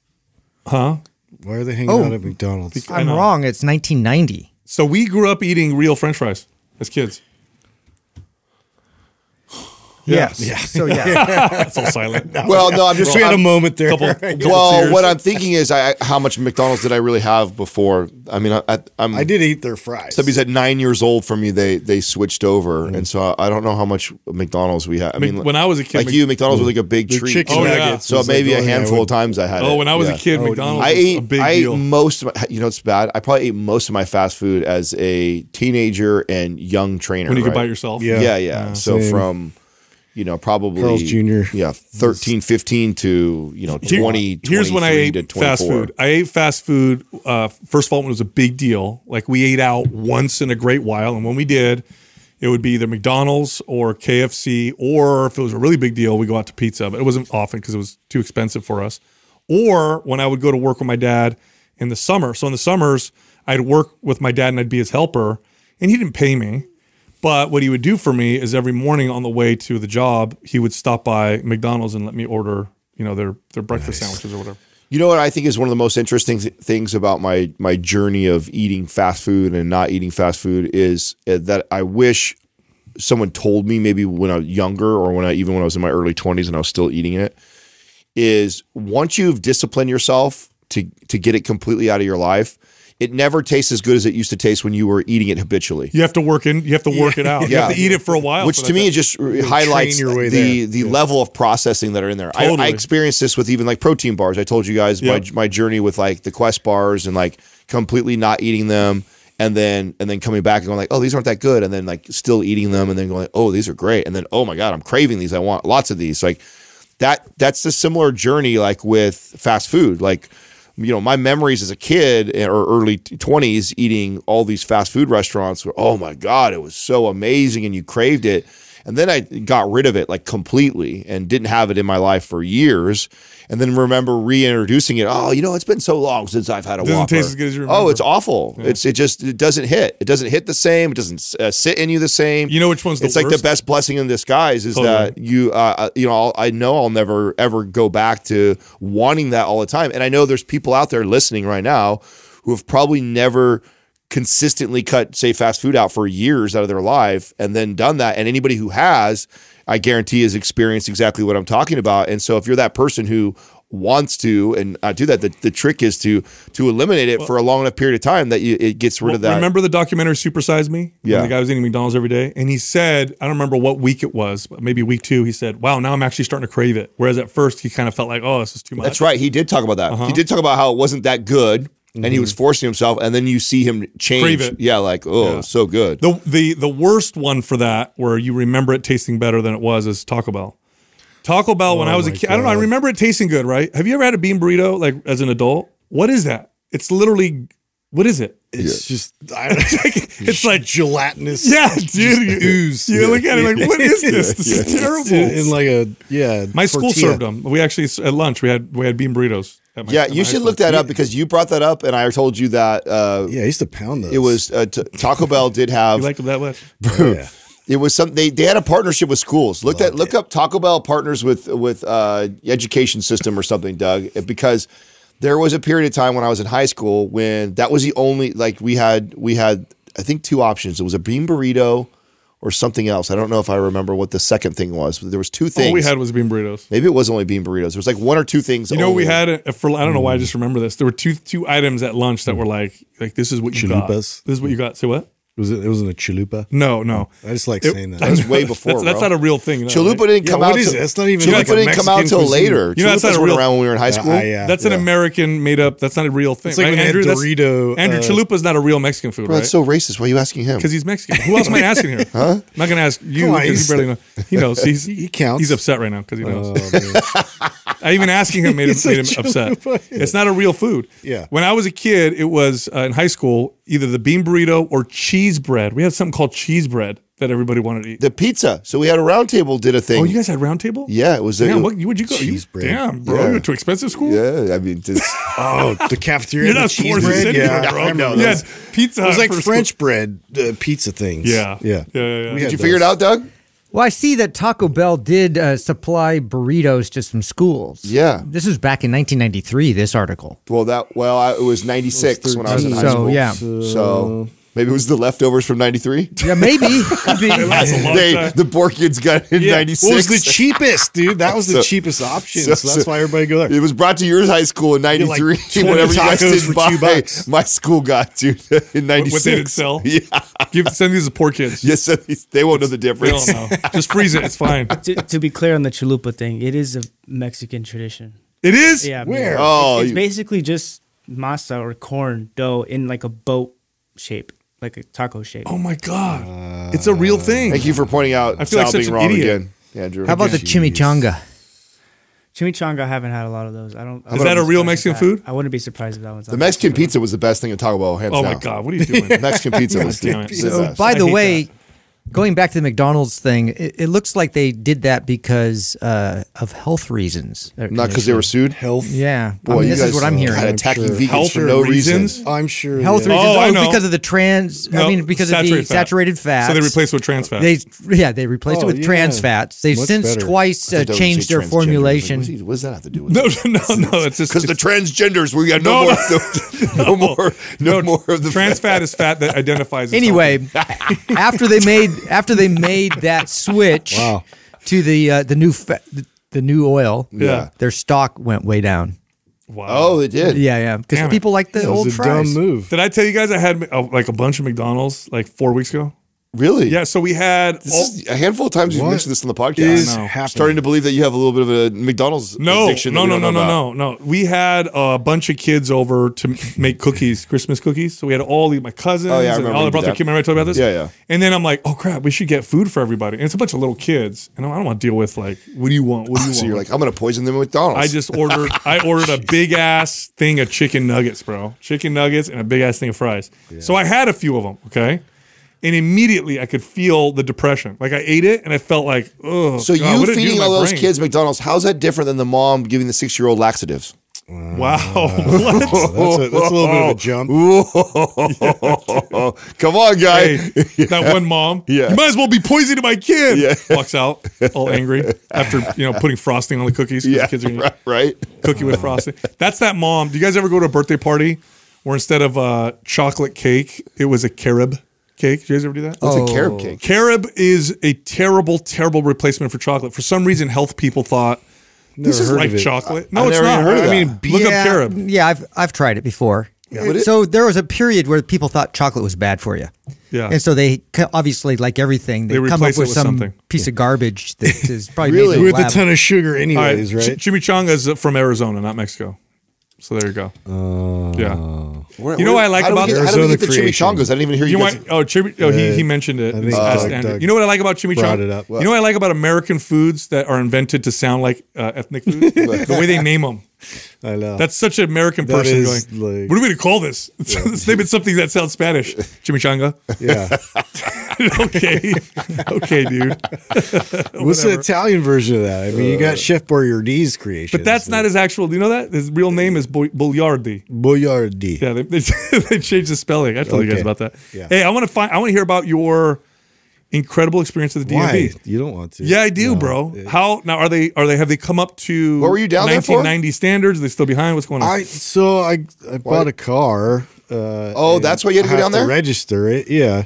S2: huh?
S4: Why are they hanging
S2: Oh,
S4: out at McDonald's?
S6: I'm
S2: know.
S6: wrong. It's 1990.
S2: So we grew up eating real French fries as kids.
S6: Yes.
S2: (laughs)
S6: So yeah.
S2: That's
S3: (laughs)
S2: all silent.
S3: (laughs) Well, no, I'm just.
S4: We had a
S3: I'm,
S4: moment there.
S2: Couple- couple
S3: well,
S2: tears.
S3: what I'm thinking is, I, I- how much McDonald's did I really have before? I mean, I, I, I'm.
S4: (laughs) I did eat their fries.
S3: Somebody's at nine years old for me. They they switched over, and so I, I don't know how much McDonald's we had. I
S2: Mm-hmm. Mc-
S3: mean,
S2: when I was a kid,
S3: like
S2: Mc-
S3: you, McDonald's was like a big
S4: The
S3: treat.
S4: chicken
S2: Oh, yeah.
S4: nuggets.
S3: So
S4: was like
S3: maybe
S4: the
S3: a
S4: only thing I
S3: handful
S4: would-
S3: of times I had.
S2: oh,
S3: it.
S2: when I was
S3: Yeah.
S2: a kid,
S4: Oh,
S2: McDonald's
S3: I
S2: was
S3: ate.
S2: a big
S3: I
S2: deal.
S3: ate most of my. You know, it's bad. I probably ate most of my fast food as a teenager and young trainer.
S2: when you could
S3: right?
S2: buy yourself.
S4: Yeah.
S3: Yeah, yeah. so
S4: Same.
S3: from you know probably
S4: Carl's Jr..
S3: Yeah, 13, 15 to you know
S2: Here-
S3: 20.
S2: here's when I
S3: 23 to
S2: ate fast
S3: 24.
S2: food. I ate fast food. Uh, first of all, when it was a big deal. Like we ate out once in a great while, and when we did, it would be either McDonald's or KFC, or if it was a really big deal, we go out to pizza. But it wasn't often because it was too expensive for us. Or when I would go to work with my dad in the summer. So in the summers, I'd work with my dad and I'd be his helper, and he didn't pay me. But what he would do for me is every morning on the way to the job, he would stop by McDonald's and let me order, you know, their their breakfast sandwiches or whatever.
S3: You know what I think is one of the most interesting th- things about my my journey of eating fast food and not eating fast food is uh, that I wish someone told me maybe when I was younger or when I even when I was in my early 20s and I was still eating it is once you've disciplined yourself to to get it completely out of your life, it never tastes as good as it used to taste when you were eating it habitually.
S2: You have to work in. You have to work it out. You have to eat it for a while.
S3: Which
S2: for
S3: to
S2: that
S3: me
S2: to-
S3: it just highlights
S4: train your way
S3: the
S4: there.
S3: the level of processing that are in there. I- I,
S2: Totally.
S3: experienced this with even like protein bars. I told you guys
S2: Yeah.
S3: my my journey with like the Quest bars and like completely not eating them. And then and then coming back and going like, oh, these aren't that good, and then like still eating them, and then going, oh, these are great, and then oh my god, I'm craving these. I want lots of these. Like that that's the similar journey like with fast food like you know my memories as a kid or early 20s eating all these fast food restaurants were oh my god it was so amazing and you craved it and then i got rid of it like completely and didn't have it in my life for years and then remember reintroducing it oh you know it's been so long since i've had a
S2: Doesn't
S3: Whopper.
S2: taste as good as you
S3: oh
S2: remember.
S3: it's awful it's it just it doesn't hit it doesn't hit the same it doesn't uh, sit in you the same
S2: You know which one's the
S3: it's like the
S2: worst?
S3: best blessing in disguise is
S2: Totally.
S3: that you uh, uh, you know I'll, I know I'll never ever go back to wanting that all the time and I know there's people out there listening right now who have probably never consistently cut say fast food out for years out of their life and then done that and anybody who has I guarantee has experienced exactly what I'm talking about and so if you're that person who wants to and uh, do that the, the trick is to to eliminate it for a long enough period of time that you, it gets rid of that
S2: Remember the documentary Super Size Me? When
S3: Yeah.
S2: the guy was eating McDonald's every day. And he said, I don't remember what week it was, but maybe week two, he said, Wow, now I'm actually starting to crave it. Whereas at first he kind of felt like, Oh, this is too much.
S3: That's right. He did talk about that.
S2: Uh-huh.
S3: He did talk about how it wasn't that good, and he was forcing himself. And then you see him
S2: Mm-hmm. Crave
S3: change.
S2: it.
S3: Yeah, like oh,
S2: Yeah.
S3: so good.
S2: The the the worst one for that, where you remember it tasting better than it was, is Taco Bell. Taco Bell,
S4: Oh
S2: when I was a kid, I don't know. I remember it tasting good, right? Have you ever had a bean burrito like as an adult? What is that? It's literally, what is it?
S4: It's just I, (laughs)
S2: It's like, (laughs)
S4: gelatinous.
S2: yeah, dude, you,
S4: ooze.
S2: you look at it like, what
S4: (laughs)
S2: is this? This is
S4: It's
S2: terrible.
S4: in, in like a yeah.
S2: My school
S4: tortilla.
S2: served them. We actually at lunch we had we had bean burritos. At my,
S3: yeah,
S2: at my
S3: you
S2: high
S3: should
S2: school.
S3: look that up because you brought that up, and I told you that uh,
S4: Yeah, I used to pound those.
S3: it was uh, t- Taco Bell did have.
S2: You liked them that much?
S4: (laughs)
S2: (laughs)
S4: Yeah.
S3: It was some they, they had a partnership with schools. Look that look up Taco Bell partners with with uh, education system or something, Doug, eh, because there was a period of time when I was in high school when that was the only like we had we had I think two options. It was a bean burrito or something else. I don't know if I remember what the second thing was, but there was two things.
S2: All Oh, we had was bean burritos.
S3: Maybe it was only bean burritos. There was like one or two things.
S2: You know, we
S4: Oh.
S3: only.
S2: had a, for I don't know why I just
S4: Hmm.
S2: remember this. There were two two items at lunch that were like like this is what you got. This
S4: Chalupas.
S2: is what you got. Say what?
S4: Was it? It wasn't a chalupa.
S2: No, no.
S4: I just like
S2: It-
S4: saying
S2: (laughs)
S4: that.
S2: I
S3: That's
S2: know,
S3: way before,
S2: That's, that's
S3: bro.
S2: not a real thing. though,
S3: Chalupa
S2: right?
S3: didn't
S4: Yeah,
S3: come
S4: what
S3: out.
S4: is
S3: till-
S4: it? That's not even
S3: Chalupas
S4: like a
S3: didn't come out
S4: Mexican
S3: till
S4: cuisine.
S3: later.
S2: You know, that's
S3: Chalupas
S2: not a
S3: weren't
S2: real-
S3: around when we were in high school.
S4: Uh, yeah.
S2: That's an
S4: yeah.
S2: American made up. That's not a real thing.
S4: It's like
S2: right,
S4: when they had
S2: Andrew? That's-
S4: Dorito,
S2: Andrew
S4: uh,
S2: Chalupa's not a real Mexican food,
S3: Bro,
S2: right?
S3: that's so racist. Why are you asking him?
S2: because he's Mexican. Who else am I asking
S4: (laughs)
S2: here? Huh? I'm not going to ask you
S4: Come on,
S2: because
S4: he's-
S2: you barely know. He knows. He's,
S4: (laughs) He counts.
S2: He's upset right now because he knows.
S4: Oh, man.
S2: (laughs) I even asking him made him,
S4: He's
S2: made
S4: such
S2: him
S4: a
S2: upset.
S4: (laughs) loser.
S2: It's not a real food.
S4: Yeah.
S2: When I was a kid, it was uh, in high school either the bean burrito or cheese bread. We had something called cheese bread that everybody wanted to eat.
S3: the pizza. So we had a round table did a thing.
S2: oh, you guys had round table?
S3: Yeah, it was a-
S2: Damn, what, would you go? You,
S4: Cheese bread.
S2: Damn, bro,
S3: Yeah.
S2: you went to expensive school.
S3: Yeah, I mean, (laughs) just,
S4: oh, the cafeteria.
S2: You're
S4: the
S2: not
S4: cheese
S2: Forest
S4: bread?
S2: City,
S4: Yeah,
S2: bro.
S4: I remember
S2: You had
S4: those.
S2: pizza.
S4: It was
S2: Hut
S4: like
S2: for
S4: French
S2: school.
S4: bread uh, pizza things.
S2: Yeah.
S4: yeah,
S2: Yeah, yeah, yeah.
S4: We
S2: Did
S4: had
S3: did you figure it
S4: those.
S3: out, Doug?
S6: Well, I see that Taco Bell did uh, supply burritos to some schools.
S3: Yeah.
S6: This was back in 1993, this article.
S3: Well, that well, I, it was '96 when I was in high
S6: So,
S3: school.
S6: yeah.
S3: So maybe it was the leftovers from '93.
S2: (laughs)
S6: Yeah, maybe. Could be.
S2: a long
S3: (laughs) They
S2: time.
S3: the Borkians got in
S2: Yeah.
S3: '96.
S4: What was the cheapest, dude? That was
S3: (laughs)
S4: the
S3: So-
S4: cheapest option. So, that's why everybody go
S3: It
S4: there.
S3: was brought to your high school in (laughs)
S4: like
S3: '93.
S4: 20
S3: whatever you guys
S4: tacos
S3: did
S4: for
S3: buy,
S4: two bucks.
S3: my school got dude (laughs) in '96.
S2: What they didn't sell.
S3: (laughs) Yeah,
S2: Give, send these to poor kids.
S3: yes, so these- they won't know the
S2: They
S3: difference.
S2: don't know. (laughs) Just freeze it. It's fine.
S5: to, to be clear on the chalupa thing, it is a Mexican tradition.
S2: It is.
S5: Yeah, I mean,
S4: Where?
S5: it's-
S3: Oh,
S5: it's,
S3: you-
S5: basically just masa or corn dough in like a boat shape, like a taco shape.
S2: Oh my god, it's a real thing.
S3: (laughs) Uh, Thank you for pointing out
S2: I feel like
S3: Sal
S2: such
S3: being
S2: an
S3: wrong
S2: idiot.
S3: again, Andrew.
S6: How about the chimichanga?
S5: Chimichanga, I haven't had a lot of those. I don't. I
S2: Is
S5: wouldn't
S2: that
S5: be
S2: a real
S5: surprised if
S2: Mexican
S5: that-
S2: food?
S5: I wouldn't be surprised if that one's
S3: the Mexican pizza was the best thing at Taco Bell, hands
S2: Oh
S3: down.
S2: my god, what are you doing?
S3: (laughs) Mexican
S2: (laughs)
S3: pizza was
S2: damn it.
S3: the best.
S6: Oh, By the
S2: hate
S6: way, going back to the McDonald's thing, it, it looks like they did that because uh, of health reasons.
S3: Not because they were sued.
S4: Health.
S6: Yeah. I
S3: Boy,
S6: mean,
S3: you
S6: this
S3: guys uh,
S6: is what I'm hearing.
S3: Had attacking
S4: sure.
S3: vegans
S2: Health
S3: for no
S2: reasons?
S3: reason.
S4: I'm sure.
S6: health
S4: yeah.
S6: reasons.
S2: Oh,
S6: Oh,
S2: I
S6: it's
S2: know.
S6: because of the trans. I
S2: No,
S6: mean, because of the
S2: saturated fat.
S6: saturated fats.
S2: So they replaced it with trans fat.
S6: They yeah they replaced it
S4: Oh,
S6: with
S4: yeah.
S6: trans fats. They've
S4: Much
S6: since
S4: better.
S6: twice uh, changed their formulation.
S3: What does that have to do
S2: (laughs)
S3: with
S2: no, no, no. It's just
S3: Because the
S2: it's-
S3: transgenders, we got no,
S2: (laughs) No,
S3: more, no, more, no, more of the
S2: trans fat is fat that identifies. as
S6: anyway, (laughs) after they made after they made that switch
S4: Wow.
S6: to the uh, the new fa- the new oil,
S2: Yeah.
S6: their stock went way down.
S2: Wow.
S3: Oh, they did.
S6: Yeah, yeah. Because
S2: Damn it.
S6: people like the
S4: That
S6: old
S4: was a
S6: fries.
S4: dumb move.
S2: Did I tell you guys I had uh, like a bunch of McDonald's like four weeks ago?
S3: Really?
S2: Yeah. So we had.
S3: This
S2: all-
S3: is a handful of times you've
S4: What
S3: mentioned this on the
S4: Is
S3: podcast.
S2: know.
S4: happening.
S3: starting to believe that you have a little bit of a McDonald's
S2: no,
S3: addiction. that
S2: no,
S3: we
S2: no,
S3: don't
S2: no,
S3: know
S2: no,
S3: about.
S2: no, no. We had a bunch of kids over to m- make cookies, Christmas cookies. So we had all the, my cousins
S3: Oh, yeah, I
S2: and
S3: remember
S2: all
S3: you
S2: I brought
S3: did
S2: their
S3: that.
S2: kid. Remember I told you about this?
S3: Yeah, yeah.
S2: And then I'm like, oh crap, we should get food for everybody. And it's a bunch of little kids, and I don't want to deal with like, what do you want? What do you want?
S3: (laughs) So you're like, I'm going to poison them with McDonald's.
S2: I just ordered. I ordered a big ass thing of chicken nuggets, bro. Chicken nuggets and a big ass thing of fries. So I had a few of them. Okay. And immediately I could feel the depression. Like I ate it and I felt like, oh,
S3: So
S2: God, what did
S3: you
S2: it do to
S3: feeding
S2: my
S3: all those
S2: brain?
S3: kids McDonald's? How's that different than the mom giving the six year old laxatives?
S2: (laughs) Wow.
S3: (laughs)
S2: what?
S4: That's a, that's a little bit of a jump.
S3: oh, Come on, guy.
S2: Hey, that one mom.
S3: Yeah.
S2: You might as well be poisoning my kid.
S3: Yeah.
S2: Walks out all angry
S3: (laughs)
S2: after you know putting frosting on the cookies. 'cause
S3: (laughs) yeah,
S2: the kids are gonna
S3: right, right.
S2: cookie with frosting. That's that mom. Do you guys ever go to a birthday party where instead of uh, chocolate cake, it was a carob cake? Do you guys ever do that?
S3: What's a carob cake?
S2: Carob is a terrible, terrible replacement for chocolate. For some reason, health people thought this is
S4: heard
S2: like
S4: of it.
S2: chocolate. No,
S3: I've
S2: it's
S3: never
S2: not.
S3: even heard of
S2: I
S3: that.
S2: mean, look
S6: yeah,
S2: up carob.
S6: Yeah, I've I've tried it before.
S3: but it-
S6: so there was a period where people thought chocolate was bad for you.
S2: Yeah.
S6: And so they co- obviously, like everything, they,
S2: They
S6: come
S2: replace
S6: up
S2: it with
S6: with, some
S2: something.
S6: piece of garbage that is probably
S3: Really?
S6: made in a
S4: With a
S6: lab.
S4: ton of sugar,
S2: All right,
S4: anyways, right?
S2: Ch- chimichangas from Arizona, not Mexico. So there you go.
S3: Oh.
S2: yeah.
S3: Where-
S2: You know
S3: where-
S2: what I like
S3: how do we
S2: about
S3: get- how do we
S4: Arizona
S3: get the
S4: creation?
S3: chimichangas? I didn't even hear you,
S2: You
S3: guys.
S2: might, oh, chimi- oh he, he mentioned it.
S4: I
S2: in
S4: think
S2: his
S4: Doug-
S2: Ask Andrew.
S4: Doug
S2: you know what I like about chimichanga?
S4: brought it up.
S2: You know what I like about American foods that are invented to sound like uh, ethnic food?
S4: (laughs)
S2: the way they name them.
S4: I know.
S2: That's such an American
S4: That
S2: person
S4: is,
S2: going.
S4: like-
S2: what are we gonna call this? (laughs) Let's name it something that sounds Spanish. Chimichanga.
S4: yeah.
S2: (laughs) okay, (laughs) okay, dude.
S4: What's the Italian version of that? I mean, you got Chef Boyardee's creation.
S2: But that's not his actual. You know that his real name is Bo- Bogliardi.
S4: Boyardee.
S2: Yeah, they, (laughs) they, they changed the spelling. I told you guys
S4: Okay.
S2: about that.
S4: Yeah.
S2: Hey, I want to find. I want to hear about your incredible experience at the
S4: Why?
S2: DMV.
S4: You don't want to.
S2: Yeah, I do, bro. How now are they? Are they? Have they come up to?
S3: What were you down there for?
S2: 1990 standards. Are they still behind? What's going on?
S4: I so I I bought a car. Uh,
S3: Oh,
S4: and
S3: that's why you had to
S4: I
S3: go down
S4: have
S3: there? Oh.
S4: register it. Yeah.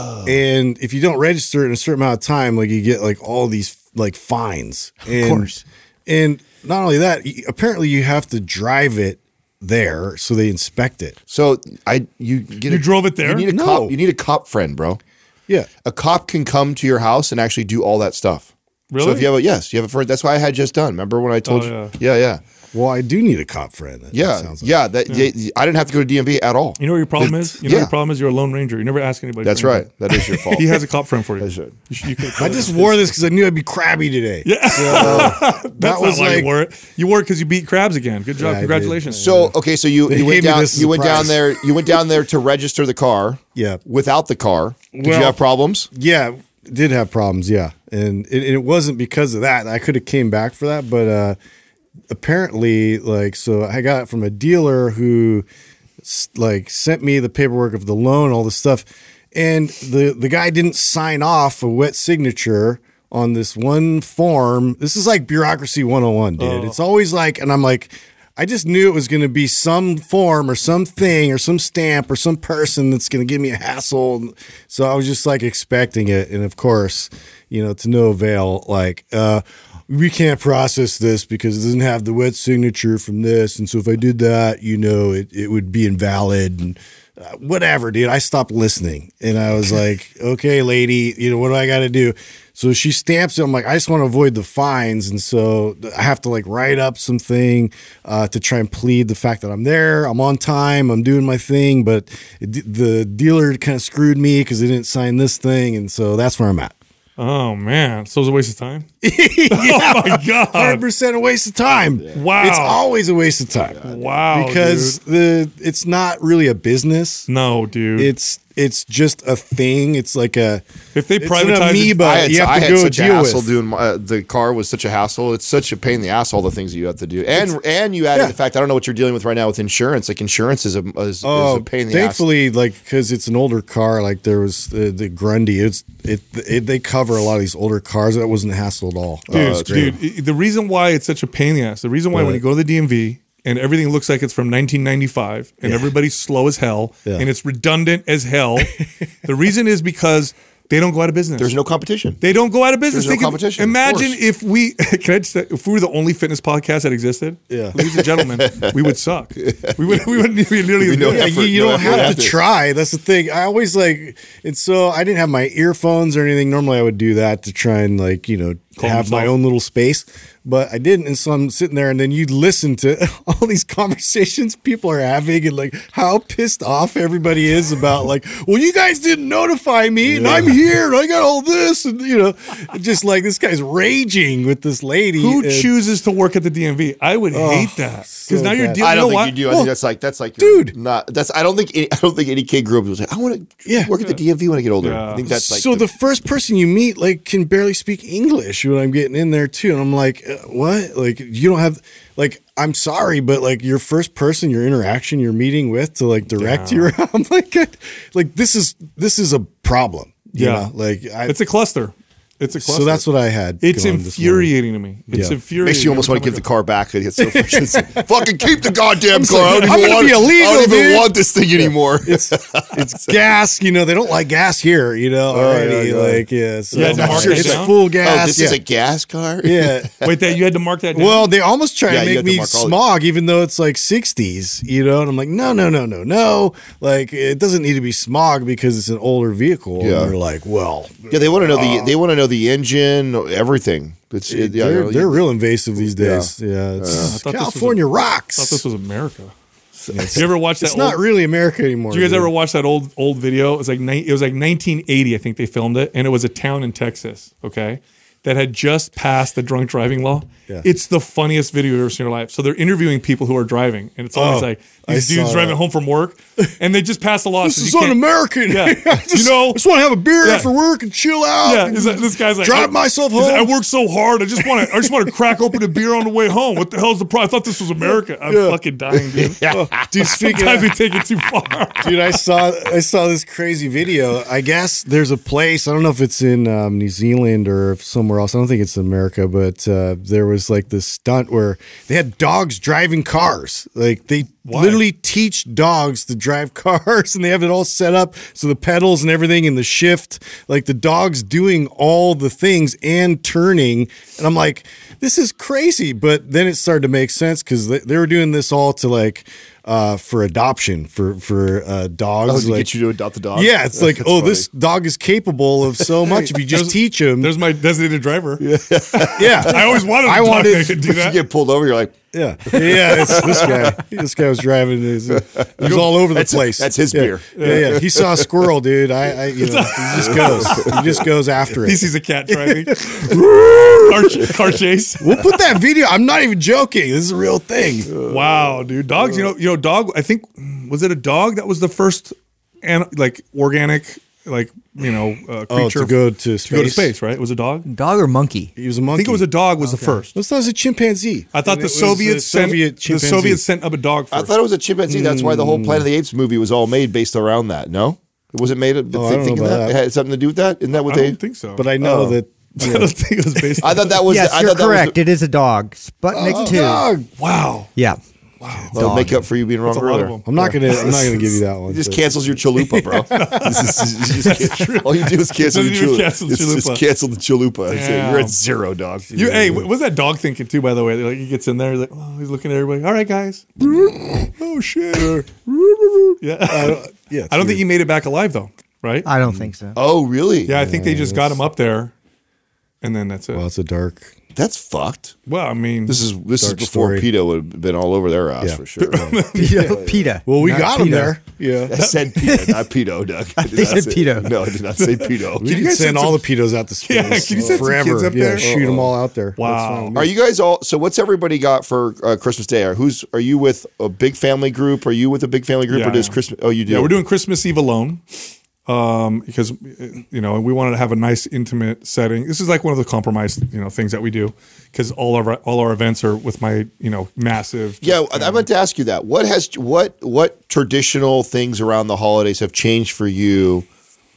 S4: And if you don't register it in a certain amount of time, like you get like all these like fines. And, of
S6: course.
S4: And not only that, y- apparently you have to drive it there so they inspect it.
S3: So I you get
S2: You
S3: a-
S2: drove it there?
S3: You need a
S4: No.
S3: cop. You need a cop friend, bro.
S4: Yeah.
S3: A cop can come to your house and actually do all that stuff. So
S2: Really?
S3: if you have a yes, you have a friend. That's why I had just done. Remember when I told
S2: Oh,
S3: you? Yeah, yeah,
S4: Well, I do need a cop friend. That, that
S3: yeah,
S4: sounds like-
S3: yeah. That yeah, I didn't have to go to DMV at all.
S2: you know what your problem is. You know what
S3: Yeah.
S2: your problem is. You're a lone ranger. You never ask anybody.
S3: That's
S2: for anything.
S3: right. That is your
S2: (laughs)
S3: fault.
S2: He has a cop friend for you.
S3: That's right.
S2: You should- you could-
S4: I just wore this because I knew I'd be crabby today.
S2: Yeah.
S4: that
S2: That's not
S4: was
S2: why
S4: like
S2: you wore it. You wore it because you beat crabs again. Good job.
S4: I did.
S2: Congratulations.
S3: So okay, so you,
S4: They
S3: you
S4: gave
S3: went
S4: me
S3: down
S4: this as
S3: you
S4: a
S3: went down
S4: prize.
S3: there you went down there to register the car.
S4: Yeah.
S3: Without the car, did
S4: Well-
S3: you have problems?
S4: yeah did have problems yeah and it, it wasn't because of that i could have came back for that but uh apparently like so i got it from a dealer who s- like sent me the paperwork of the loan all this stuff and the the guy didn't sign off a wet signature on this one form this is like bureaucracy 101 dude it's always like and i'm like I just knew it was going to be some form or something or some stamp or some person that's going to give me a hassle. And So I was just like expecting it. And of course, you know, to no avail, like, uh, we can't process this because it doesn't have the wet signature from this. And so if I did that, you know, it, it would be invalid and uh, whatever, dude. I stopped listening and I was like, okay, lady, you know, what do I got to do? So she stamps it. I'm like, I just want to avoid the fines. And so th- I have to like write up something uh, to try and plead the fact that I'm there, I'm on time, I'm doing my thing. But it, d- the dealer kind of screwed me because they didn't sign this thing. And so that's where I'm at.
S2: oh man, so it was a waste of time. (laughs) Oh my god.
S4: 100% a waste of time.
S2: Wow.
S4: It's always a waste of time.
S2: Wow.
S4: Because
S2: dude. Mm-hmm.
S4: the it's not really a business.
S2: no, dude.
S4: It's it's just a thing. It's like a
S2: if they
S4: it's
S2: privatize
S4: an
S2: it-
S4: amoeba.
S3: I had,
S4: you have
S3: I
S4: to
S3: had
S4: go
S3: such
S4: deal
S3: a hassle
S4: with.
S3: doing my, uh, the car was such a hassle. It's such a pain in the ass all the things that you have to do, and and you added
S4: Yeah.
S3: the fact I don't know what you're dealing with right now with insurance. Like insurance is a is, is a pain in the ass.
S4: Oh, thankfully, like because it's an older car. Like there was the, the Grundy. It's it, it they cover a lot of these older cars. That wasn't a hassle at all.
S2: dude,
S3: Oh,
S4: Uh,
S2: dude, i- the reason why it's such a pain in the ass, the reason why when
S4: Right.
S2: you go to the DMV and everything looks like it's from 1995 and everybody's slow as hell
S4: Yeah.
S3: (laughs)
S2: and it's redundant as hell, the reason is because They don't go out of business.
S3: There's no competition.
S2: They don't go out of business.
S3: There's
S2: They can-
S3: no competition, of
S2: Imagine
S3: course.
S2: if we (laughs) can I just say, if we were the only fitness podcast that existed.
S4: Yeah.
S2: ladies and
S3: (laughs)
S2: gentlemen, we would suck. We would. We wouldn't be literally.
S3: We'd be no
S2: Yeah,
S3: effort.
S4: you, you
S3: no
S4: don't
S3: effort
S4: have to
S3: after.
S4: try. That's the thing. I always like, and so I didn't have my earphones or anything. Normally, I would do that to try and like you know
S2: Calm
S4: have my
S2: yourself.
S4: own little space, but I didn't. And so I'm sitting there, and then you'd listen to (laughs) all these conversations people are having, and like how pissed off everybody is about like, well, you guys didn't notify me, and I'm here, and I got all this, and you know, just like this guy's raging with this lady.
S2: Who
S4: and-
S2: chooses to work at the DMV? I would hate that because
S4: so
S2: now you're
S4: bad.
S2: dealing.
S3: Oh, I don't
S2: you know
S3: think
S2: what?
S3: you do. I
S2: Well,
S3: think that's like that's like you're
S4: Dude.
S3: Not that's. I don't think any, I don't think any kid grew up and was like I want to
S4: Yeah.
S3: work at the DMV when I get older. I think that's like
S4: so the, first person you meet like can barely speak english when i'm getting in there too and i'm like uh, what like you don't have like i'm sorry but like your first person your interaction you're meeting with to like direct you (laughs) i'm like I- like this is this is a problem you
S2: Yeah.
S4: know? like I,
S2: it's a cluster. It's a cluster.
S4: so that's what i had
S2: It's
S4: going this
S2: infuriating to me. It's
S4: Yeah.
S2: infuriating.
S3: makes you almost want to give the car back. It
S4: (laughs)
S3: gets so frustrating. Fucking keep the goddamn car. I don't
S4: I'm
S3: even,
S4: gonna
S3: want,
S4: be illegal,
S3: I don't even
S4: dude.
S3: want this thing anymore.
S4: morning. (laughs) it's (laughs) gas you know they don't like gas here you know already
S3: yeah, yeah.
S4: like yeah so
S2: Oh, You had to
S4: I'm
S2: mark
S4: sure
S2: it
S4: it's
S2: down?
S4: full
S3: (laughs) oh,
S4: gas
S3: this
S4: yeah.
S3: is a gas car.
S2: (laughs)
S4: yeah
S2: Wait, that you had to mark that. Down.
S4: Well, they almost try
S3: Yeah, you
S4: to make
S3: have to
S4: me
S3: mark all-
S4: smog, even though it's like 60s, you know? And I'm like, no, no, no, no, no. Like, it doesn't need to be smog because it's an older vehicle.
S3: Yeah.
S4: And they're like, well,
S3: Yeah, they want to know the they want to know the engine, everything. It's it, yeah,
S4: Oh. they're,
S3: you-
S4: they're real invasive these days. Yeah.
S2: thought
S4: it's
S2: this was a-
S4: California
S2: I thought
S4: rocks.
S2: this was America. you ever watch that?
S4: it's not
S2: old-
S4: really America anymore.
S2: Do you guys
S4: dude.
S2: ever watch that old old video? It was like ni- it was like 1980, I think they filmed it, and it was a town in Texas. Okay, that had just passed the drunk driving law.
S4: Yeah.
S2: It's the funniest video you've ever seen in your life. So they're interviewing people who are driving, and it's always
S4: Oh,
S2: like these
S4: I
S2: dudes
S4: saw
S2: driving
S4: that.
S2: home from work, and they just pass the law.
S4: This
S2: says
S4: is
S2: you can't-
S4: un-American.
S2: Yeah.
S4: (laughs) I
S2: You
S4: just,
S2: know-
S4: I just want to have a beer
S2: Yeah.
S4: after work and chill out.
S2: Yeah,
S4: and
S2: he's like- this guy's like
S4: drive
S2: I-
S4: myself
S2: he's
S4: home.
S2: like, I worked so hard. I just want to. I just want to crack open a beer on the way home. What the hell's the problem? I thought this was America. I'm
S4: Yeah.
S2: fucking dying, dude.
S4: Oh,
S2: (laughs)
S4: Dude, (laughs) speaking of-
S2: Sometimes we take it too far.
S4: dude i saw i saw this crazy video i guess there's a place i don't know if it's in um, new zealand or if somewhere else i don't think it's in america but uh, there was like this stunt where they had dogs driving cars like they literally teach dogs to drive (laughs) cars and they have it all set up so the pedals and everything and the shift like the dogs doing all the things and turning and i'm like this is crazy but then it started to make sense because they, they were doing this all to like uh, for adoption for for uh, dogs.
S3: Oh, to
S4: like-
S3: get you to adopt the dog.
S4: Yeah, it's
S3: (laughs)
S4: like,
S3: That's
S4: oh,
S3: funny.
S4: this dog is capable of so
S3: (laughs)
S4: much if you just teach him.
S2: (laughs) There's my designated driver.
S4: Yeah,
S2: I always wanted.
S3: (laughs)
S4: I
S2: to
S4: wanted- (laughs)
S2: do
S3: You
S2: that.
S3: get pulled over, you're like
S4: yeah,
S2: (laughs)
S4: yeah. It's this guy. This guy was driving. He was, he was all over the
S3: That's-
S4: place.
S3: that's his
S4: Yeah.
S3: beer.
S4: Yeah, yeah. He saw a squirrel, dude. I, I you know, he
S2: (laughs)
S4: just goes. He just goes after
S2: He
S4: it.
S2: sees a
S4: (laughs)
S2: cat driving. car, ch- (laughs) car chase.
S4: We'll put that video. I'm not even joking. This is a real thing.
S2: Wow, dude. Dogs, you know, you know, dog, I think was it a dog that was the first an, like organic like, you know, uh, creature
S4: Oh, to go to
S2: to go to
S4: space.
S2: space, right? It was a dog?
S6: Dog or monkey?
S4: He was a monkey.
S2: I think it was a dog was the first.
S4: Let's thought it was a chimpanzee.
S2: I thought
S4: And
S2: the
S4: it was a
S2: Soviets sent
S4: Soviet
S2: the
S4: chimpanzee.
S2: Soviets sent up a dog
S3: I
S2: first.
S3: thought it was a chimpanzee. That's why the whole Planet of the Apes movie was all made based around that. No, it wasn't made. Th-
S4: Oh, I don't know
S3: thinking
S4: about
S3: that?
S4: that.
S3: it had something to do with that. Isn't that
S2: I
S3: what they?
S2: don't think so.
S4: But I know
S3: Oh.
S4: that
S2: (laughs) I don't think it
S4: (laughs)
S2: was based
S3: I
S2: on-
S3: thought that was.
S6: yes,
S3: I
S6: you're
S3: thought that
S6: correct.
S3: Was
S6: it is a dog. Sputnik two.
S4: dog.
S2: Wow.
S6: Yeah.
S3: the, I'll make up for you being wrong
S2: That's a lot of
S3: earlier.
S2: them.
S4: I'm not gonna. I'm not gonna give you that one.
S3: It just
S4: but-
S3: cancels your chalupa,
S2: (laughs)
S3: bro. This is- this is- this is- All you do is cancel
S2: Doesn't
S3: your
S2: even
S3: chalupa.
S2: cancel the
S3: it's
S2: chalupa.
S3: just cancel the chalupa. It's-
S2: Damn.
S3: You're at zero, dog.
S2: You, hey, what was that dog thinking too? By the way, like he gets in there, he's like oh, he's looking at everybody. All right,
S3: (laughs)
S2: guys. oh shit. yeah, (laughs) I don't,
S4: yeah, it's
S2: think he made it back alive though, right?
S6: I don't
S3: (laughs)
S6: think so.
S3: Oh, really?
S2: Yeah, I think they just got him up there, and then that's it.
S4: Well,
S2: Well,
S4: oh, it's a dark.
S3: That's fucked.
S2: I mean,
S3: This is this is
S4: Dark
S3: before
S4: story.
S3: PETA would have been all over their ass
S4: Yeah.
S2: (laughs)
S3: for sure.
S6: (laughs) Peta. Peta.
S4: Well, we
S6: Not
S4: got him
S6: Peta.
S4: there. Yeah.
S3: I said PETA, not
S2: (laughs)
S3: pedo, Doug. I did
S6: They
S3: not
S6: said
S3: say-
S6: pedo.
S3: No, I did not say pedo.
S4: We
S2: you
S4: can
S2: guys
S4: send
S2: send
S4: all
S2: some-
S4: the pedos out to space.
S2: (laughs) Yeah, can you send some
S4: forever.
S2: kids up
S4: yeah,
S2: there?
S4: shoot them all out there.
S2: Wow.
S4: That's fine.
S3: Are you guys all? So, what's everybody got for uh, Christmas Day? Are who's? Are you with a big family group? Are you with a big family group?
S2: Yeah,
S3: or does
S2: I am.
S3: Christmas? Oh, you do.
S2: yeah, we're doing Christmas Eve alone um, because you know we wanted to have a nice intimate setting. This is like one of the compromise you know things that we do because all of our all our events are with my you know massive.
S3: Yeah, uh, I I meant to ask you that. What has what what traditional things around the holidays have changed for you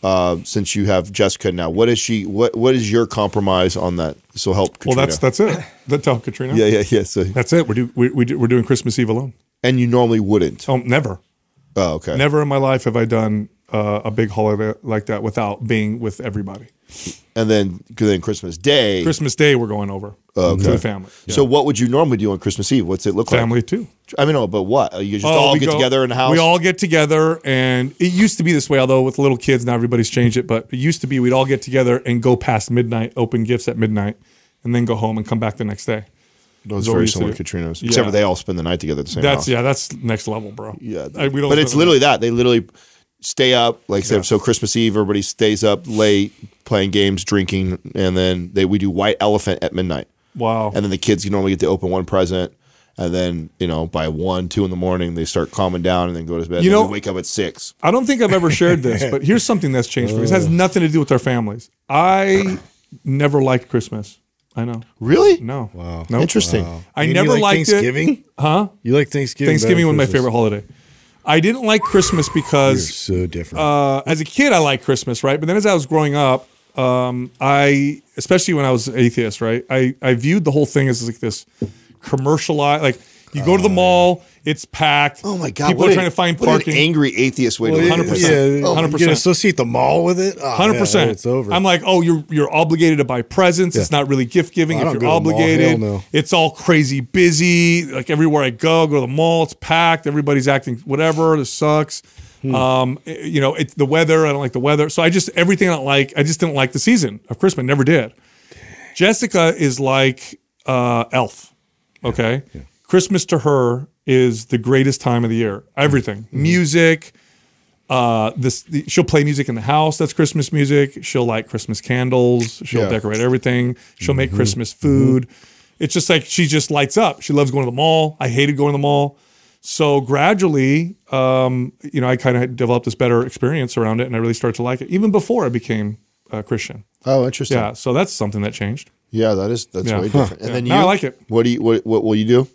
S3: uh, since you have Jessica now? What is she? What what is your compromise on that? So help.
S2: Well,
S3: Katrina.
S2: that's that's it. That's how Katrina.
S3: yeah, yeah, yeah. So
S2: That's it. We're do, we, we do, we're doing Christmas Eve alone.
S3: and you normally wouldn't.
S2: Oh, never,
S3: Oh, okay.
S2: never in my life have I done uh, a big holiday like that without being with everybody.
S3: and then then Christmas Day.
S2: Christmas Day, we're going over to the family. Yeah.
S3: So what would you normally do on Christmas Eve? What's it look
S2: family
S3: like?
S2: too.
S3: I mean, no, but what? You just
S2: Oh,
S3: all
S2: we
S3: get
S2: go-
S3: together in the house.
S2: We all get together, and it used to be this way. Although with little kids now, everybody's changed it. But it used to be we'd all get together and go past midnight, open gifts at midnight, and then go home and come back the next day.
S3: Those
S2: That's what we
S3: very
S2: used to
S3: similar
S2: do.
S3: to Katrina's,
S2: Yeah.
S3: except for they all spend the night together at the same
S2: That's
S3: house.
S2: yeah, that's next level, bro.
S3: Yeah,
S2: I- we don't
S3: but
S2: spend
S3: it's
S2: the-
S3: literally that they literally stay up. Like so- so, Christmas Eve, everybody stays up late playing games, drinking, and then they we do White Elephant at midnight,
S2: wow.
S3: and then the kids you normally get to open one present. And then you know, by one, two in the morning, they start calming down and then go to bed.
S2: You
S3: Then
S2: know-
S3: we wake up at six.
S2: I don't think I've ever shared this, but here's something that's changed for me. This has nothing to do with our families. I never liked Christmas. I know.
S3: Really?
S2: No. Wow. No.
S3: Interesting.
S2: I
S4: And you
S2: never
S4: like
S2: liked it.
S4: Thanksgiving? Huh? You like Thanksgiving? better
S2: Thanksgiving
S4: than
S2: was my
S4: Christmas.
S2: favorite holiday. I didn't like Christmas
S4: You're
S2: because
S4: so different.
S2: uh, as a kid, I liked Christmas, right? But then as I was growing up, um, I, especially when I was atheist, right? I, I viewed the whole thing as like this commercialized, like you go to the mall, it's packed.
S3: Oh my god!
S2: People
S3: what
S2: are
S3: an-
S2: trying to find
S3: what an
S2: parking.
S3: angry atheist way
S4: Well,
S3: to
S4: yeah,
S3: look at this.
S2: 100%.
S4: yeah,
S2: Oh,
S4: You can
S2: 100%.
S4: associate the mall with it? Oh,
S2: Hundred percent.
S4: yeah, it's over.
S2: I'm like, oh, you're you're obligated to buy presents. It's not really gift giving
S4: I
S2: if
S4: don't
S2: you're
S4: go to the mall.
S2: obligated.
S4: Hell no.
S2: It's all crazy busy. Like everywhere I go, go to the mall, it's packed. Everybody's acting whatever. This sucks.
S4: Hmm.
S2: Um, eh, you know, it's the weather. I don't like the weather. So I just everything I don't like. I just didn't like the season of Christmas. Never did. Jessica is like uh, Elf. Okay, Christmas to her is the greatest time of the year. Everything,
S4: Mm-hmm.
S2: music uh, this the, she'll play music in the house that's christmas music she'll light christmas candles she'll
S3: Yeah.
S2: decorate everything she'll make christmas food it's just like she just lights up she loves going to the mall i hated going to the mall so gradually um, you know i kind of developed this better experience around it and i really started to like it even before i became a christian
S3: Oh, interesting.
S2: yeah so that's something that changed
S3: Yeah, that is that's
S2: Yeah.
S3: way different. And
S2: Yeah.
S3: then you,
S2: No, I like it.
S3: What do you what what will you do?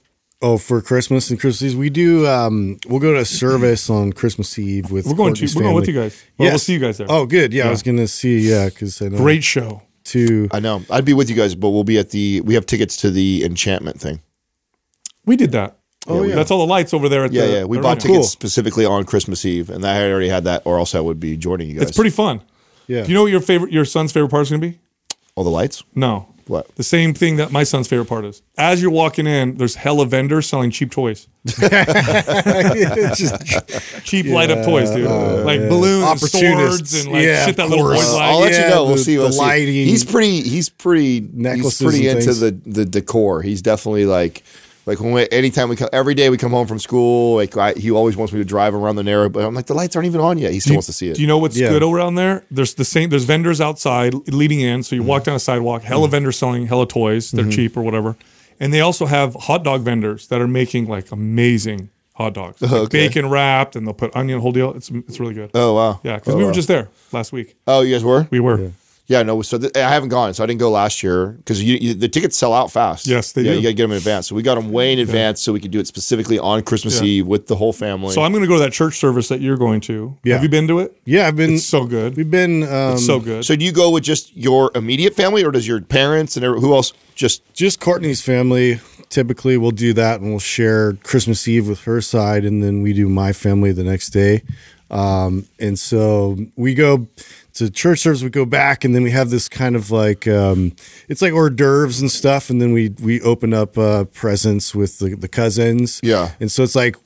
S4: oh, for Christmas and Christmas, we do. Um, we'll go to a service on Christmas Eve with.
S2: we're going to
S4: Courtney's
S2: we're going with you
S4: family.
S2: guys well, we'll
S4: Yes.
S2: see you guys there
S4: Oh, good. Yeah, I was going to see. Yeah, because I know
S2: great show
S4: to.
S3: I know I'd be with you guys, but we'll be at the we have tickets to the enchantment thing.
S2: we did that oh yeah that's all the lights over there at
S3: Yeah,
S2: the
S3: yeah. We
S2: arena.
S3: bought tickets specifically on Christmas Eve, and I had already had that, or else I would be joining you guys.
S2: it's pretty fun
S4: Yeah.
S2: do you know what your favorite your son's favorite part is going to be
S3: all the lights.
S2: No.
S3: What?
S2: The same thing that my son's favorite part is. As you're walking in, there's hella vendors selling cheap toys.
S4: (laughs) It's
S2: (laughs)
S4: just-
S2: Cheap light up toys, dude. like balloons, and
S4: Opportunists.
S2: swords, and like
S4: Yeah,
S2: shit that
S4: of
S2: little
S4: course.
S2: boys
S3: Well,
S2: like.
S3: I'll let
S4: yeah,
S3: you know. We'll
S4: the-
S3: see. We'll
S4: the
S3: see.
S4: lighting.
S3: He's pretty. He's pretty. Necklaces
S4: Necklaces
S3: he's pretty
S4: and
S3: into
S4: things.
S3: the the decor. He's definitely like. Like when we, anytime we come, every day we come home from school, like I, he always wants me to drive around the narrow, but I'm like, the lights aren't even on yet. He still wants to see it.
S2: Do you know what's
S4: Yeah.
S2: good around there? There's the same. There's vendors outside leading in, so you walk down a sidewalk. Hella vendors selling hella toys. They're cheap or whatever, and they also have hot dog vendors that are making like amazing hot dogs, Like,
S3: Okay.
S2: bacon wrapped, and they'll put onion whole deal. It's it's really good.
S3: oh, wow.
S2: yeah, because
S3: oh,
S2: we were
S3: wow.
S2: just there last week.
S3: Oh, you guys were?
S2: We were.
S3: Yeah, no. So th- I haven't gone, so I didn't go last year because you, you, the tickets sell out fast.
S2: Yes, they
S3: yeah,
S2: do.
S3: You got to get them in advance. So we got them way in advance, so we could do it specifically on Christmas
S2: Yeah.
S3: Eve with the whole family.
S2: So I'm going to go to that church service that you're going to.
S4: Yeah.
S2: Have you been to it?
S4: yeah, I've been.
S2: It's so good.
S4: we've been. Um,
S2: so good.
S3: So do you go with just your immediate family, or does your parents and every, who else just?
S4: just Courtney's family. Typically, we'll do that and we'll share Christmas Eve with her side, and then we do my family the next day. Um, and so we go to church service, we go back, and then we have this kind of like um, it's like hors d'oeuvres and stuff, and then we we open up uh, presents with the, the cousins.
S3: Yeah.
S4: and so it's like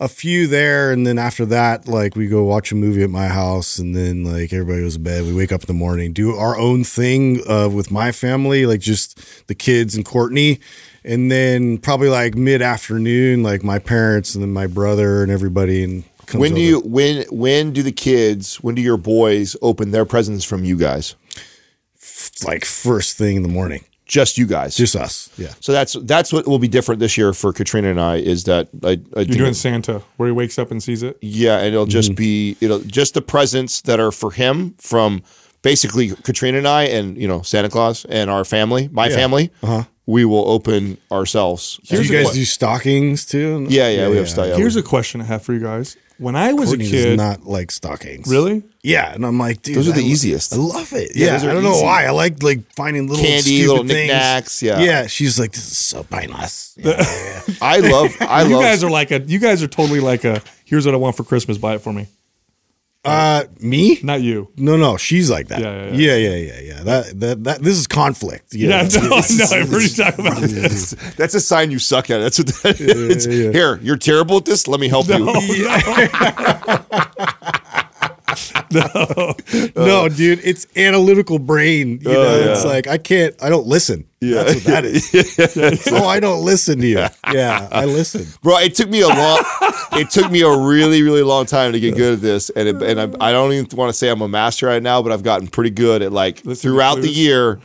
S4: a few there, and then after that, like we go watch a movie at my house, and then like everybody goes to bed. We wake up in the morning, do our own thing uh, with my family, like just the kids and Courtney, and then probably like mid afternoon, like my parents and then my brother and everybody. And comes
S3: When do
S4: over.
S3: you when when do the kids when do your boys open their presents from you guys?
S4: It's like first thing in the morning,
S3: Just you guys.
S4: just us. Yeah.
S3: so that's that's what will be different this year for Katrina and I is that I, I think
S2: You're doing
S3: it-
S2: Santa, where he wakes up and sees it.
S3: Yeah, and it'll
S4: Mm-hmm.
S3: just be it'll just the presents that are for him from basically Katrina and I and you know Santa Claus and our family, my family. Uh-huh. We will open ourselves.
S4: Do
S2: Here's
S4: you
S2: a
S4: guys
S2: que-
S4: do stockings too?
S3: yeah, yeah, we have stuff. yeah,
S2: Here's
S3: we-
S2: a question I have for you guys. When I was
S4: Courtney
S2: a
S4: does
S2: kid,
S4: not like stockings.
S2: really?
S4: Yeah, and I'm like, dude,
S3: Those are the
S4: I lo-
S3: easiest.
S4: I love it.
S3: Yeah,
S4: Yeah,
S3: those are
S4: I don't know
S3: easy.
S4: why. I like like finding little
S3: Candy,
S4: stupid
S3: little
S4: things.
S3: knickknacks, yeah.
S4: yeah. She's like, this is so painless. Yeah.
S3: I
S4: (laughs)
S3: love I
S2: you
S3: love
S2: guys are like a. You guys are totally like a. Here's what I want for Christmas. Buy it for me.
S4: Uh, me?
S2: Not you.
S4: No, no, she's like that.
S2: Yeah,
S4: Yeah,
S2: yeah,
S4: yeah, yeah, yeah. That, that, that. This is conflict. you
S2: Yeah,
S4: know?
S2: (laughs)
S4: (laughs)
S2: no, no, I've heard you talk about (laughs) this.
S3: (laughs) That's a sign you suck at it. That's what that is.
S4: yeah, yeah.
S3: Here, you're terrible at this. Let me help you.
S4: no, dude, it's analytical brain.
S3: Oh,
S4: You know, it's like I can't. I don't listen. Yeah, (laughs) that's what that is. so I don't listen
S3: (laughs)
S4: to you. Yeah, I listen.
S3: Bro, it took me a
S4: (laughs)
S3: long it took me a really, really long time to get good at this. And it, and I, I don't even want to say I'm a master right now, but I've gotten pretty good at like
S2: Listen to
S3: throughout the
S2: clues.
S3: year.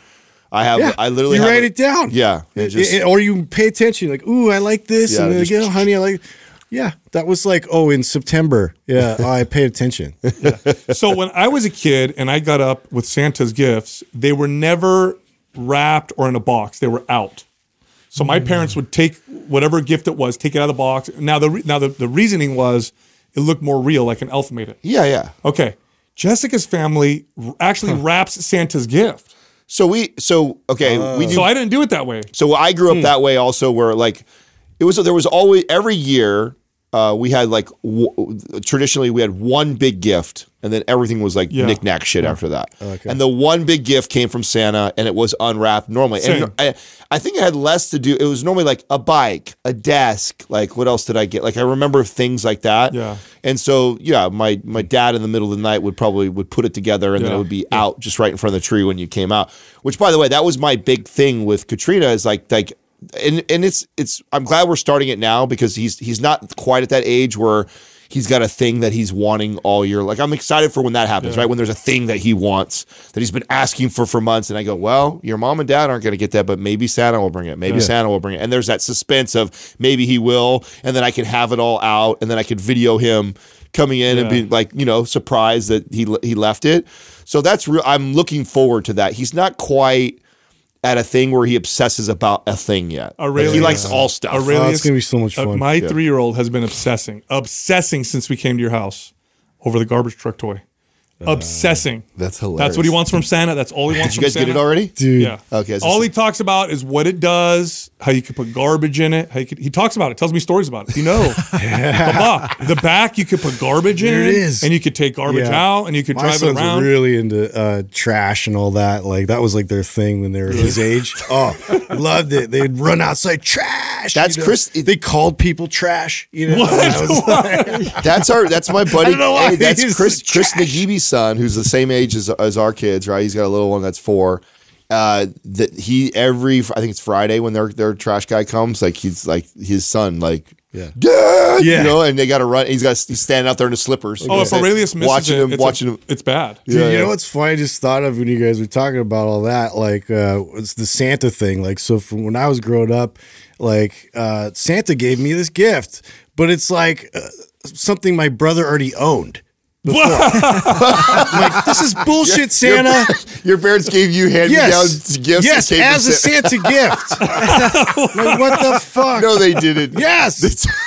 S3: I have
S4: Yeah,
S3: I literally
S4: you
S3: have
S4: write
S3: a-
S4: it down.
S3: Yeah. and just-
S4: It- it- or you pay attention. Like, ooh, I like this,
S3: Yeah,
S4: and then
S3: just-
S4: like, oh, honey, I like. Yeah, that was like, oh, in September.
S3: (laughs)
S4: Yeah, I paid attention.
S2: so when I was a kid and I got up with Santa's gifts, they were never wrapped or in a box. They were out. So
S3: Mm.
S2: my parents would take whatever gift it was, take it out of the box. Now the re- now the, the reasoning was it looked more real, like an elf made it.
S3: yeah, yeah.
S2: Okay, Jessica's family r- actually wraps Santa's gift.
S3: So we so okay,
S4: Oh,
S3: we do
S2: So I didn't do it that way.
S3: So I grew up
S2: Hmm.
S3: that way also, where like it was there was always every year uh, we had like w- traditionally we had one big gift, and then everything was like
S2: Yeah. Hmm.
S3: knickknack shit after that. And the one big gift came from Santa, and it was unwrapped normally.
S2: Same.
S3: And I, I think it had less to do. It was normally like a bike, a desk. Like what else did I get? Like I remember things like that.
S2: Yeah.
S3: And so yeah, my my dad in the middle of the night would probably would put it together, and then
S2: Yeah.
S3: it would be out just right in front of the tree when you came out. Which by the way, that was my big thing with Katrina is like like. And and it's it's I'm glad we're starting it now because he's he's not quite at that age where he's got a thing that he's wanting all year. Like I'm excited for when that happens, right? When there's a thing that he wants that he's been asking for for months, and I go, well, your mom and dad aren't going to get that, but maybe Santa will bring it. Maybe Santa will bring it. And there's that suspense of maybe he will, and then I can have it all out, and then I could video him coming in and
S2: Yeah.
S3: being like, you know, surprised that he le- he left it. So that's real. I'm looking forward to that. He's not quite. At a thing where he obsesses about a thing yet. Like,
S2: Aurelius.
S3: he likes all stuff.
S2: Aurelius,
S4: Oh, it's gonna be so much
S2: uh,
S4: fun.
S2: my three year old has been obsessing, obsessing since we came to your house over the garbage truck toy. Obsessing.
S3: Uh, that's
S2: That's what he wants from Santa. That's all he wants.
S3: Did you guys get it already?
S4: Dude,
S2: Yeah.
S3: Okay, so-
S2: All he talks about is what it does, how you could put garbage in it. How you could, he talks about it, tells me stories about it. You
S4: (laughs)
S2: know, Papa, the back you could put garbage in,
S4: There it is.
S2: and you could take garbage
S4: Yeah.
S2: out, and you could
S4: my
S2: drive it
S4: sons
S2: around.
S4: were really into uh, trash and all that. Like that was like their thing when they were his
S2: (laughs)
S4: age. Oh, loved it. They'd run outside trash.
S3: That's
S4: know?
S3: Chris-
S4: They called people trash. You
S2: (laughs)
S4: know,
S2: What?
S4: I was like-
S3: That's our. That's my buddy.
S4: (laughs) I don't know why
S3: hey, that's
S4: he used
S3: Chris.
S4: to
S3: Chris Nagibi's son, who's the same age as, as our kids, right? He's got a little one that's four. Uh, that he every I think it's Friday when their their trash guy comes. Like he's like his son, like
S4: Yeah.
S3: Dad,
S4: Yeah.
S3: you know, and they got to run. He's got he's standing out there in his slippers.
S2: oh, if Aurelius misses
S3: watching
S2: it,
S3: him,
S2: it's a-
S3: watching him.
S2: it's bad.
S4: Dude,
S3: Yeah,
S4: you
S3: yeah.
S4: know what's funny? I just thought of when you guys were talking about all that, like uh, it's the Santa thing. Like, so from when I was growing up, like uh, Santa gave me this gift, but it's like uh, something my brother already owned.
S2: (laughs)
S4: Before. (laughs) like this is bullshit,
S3: Your-
S4: Santa.
S3: Your parents gave you hand me down
S4: Yes,
S3: gifts.
S4: yes,
S3: that came from
S4: as a Santa
S3: (laughs)
S4: gift. like what the fuck?
S3: No, they didn't. (laughs)
S4: (laughs) Yes,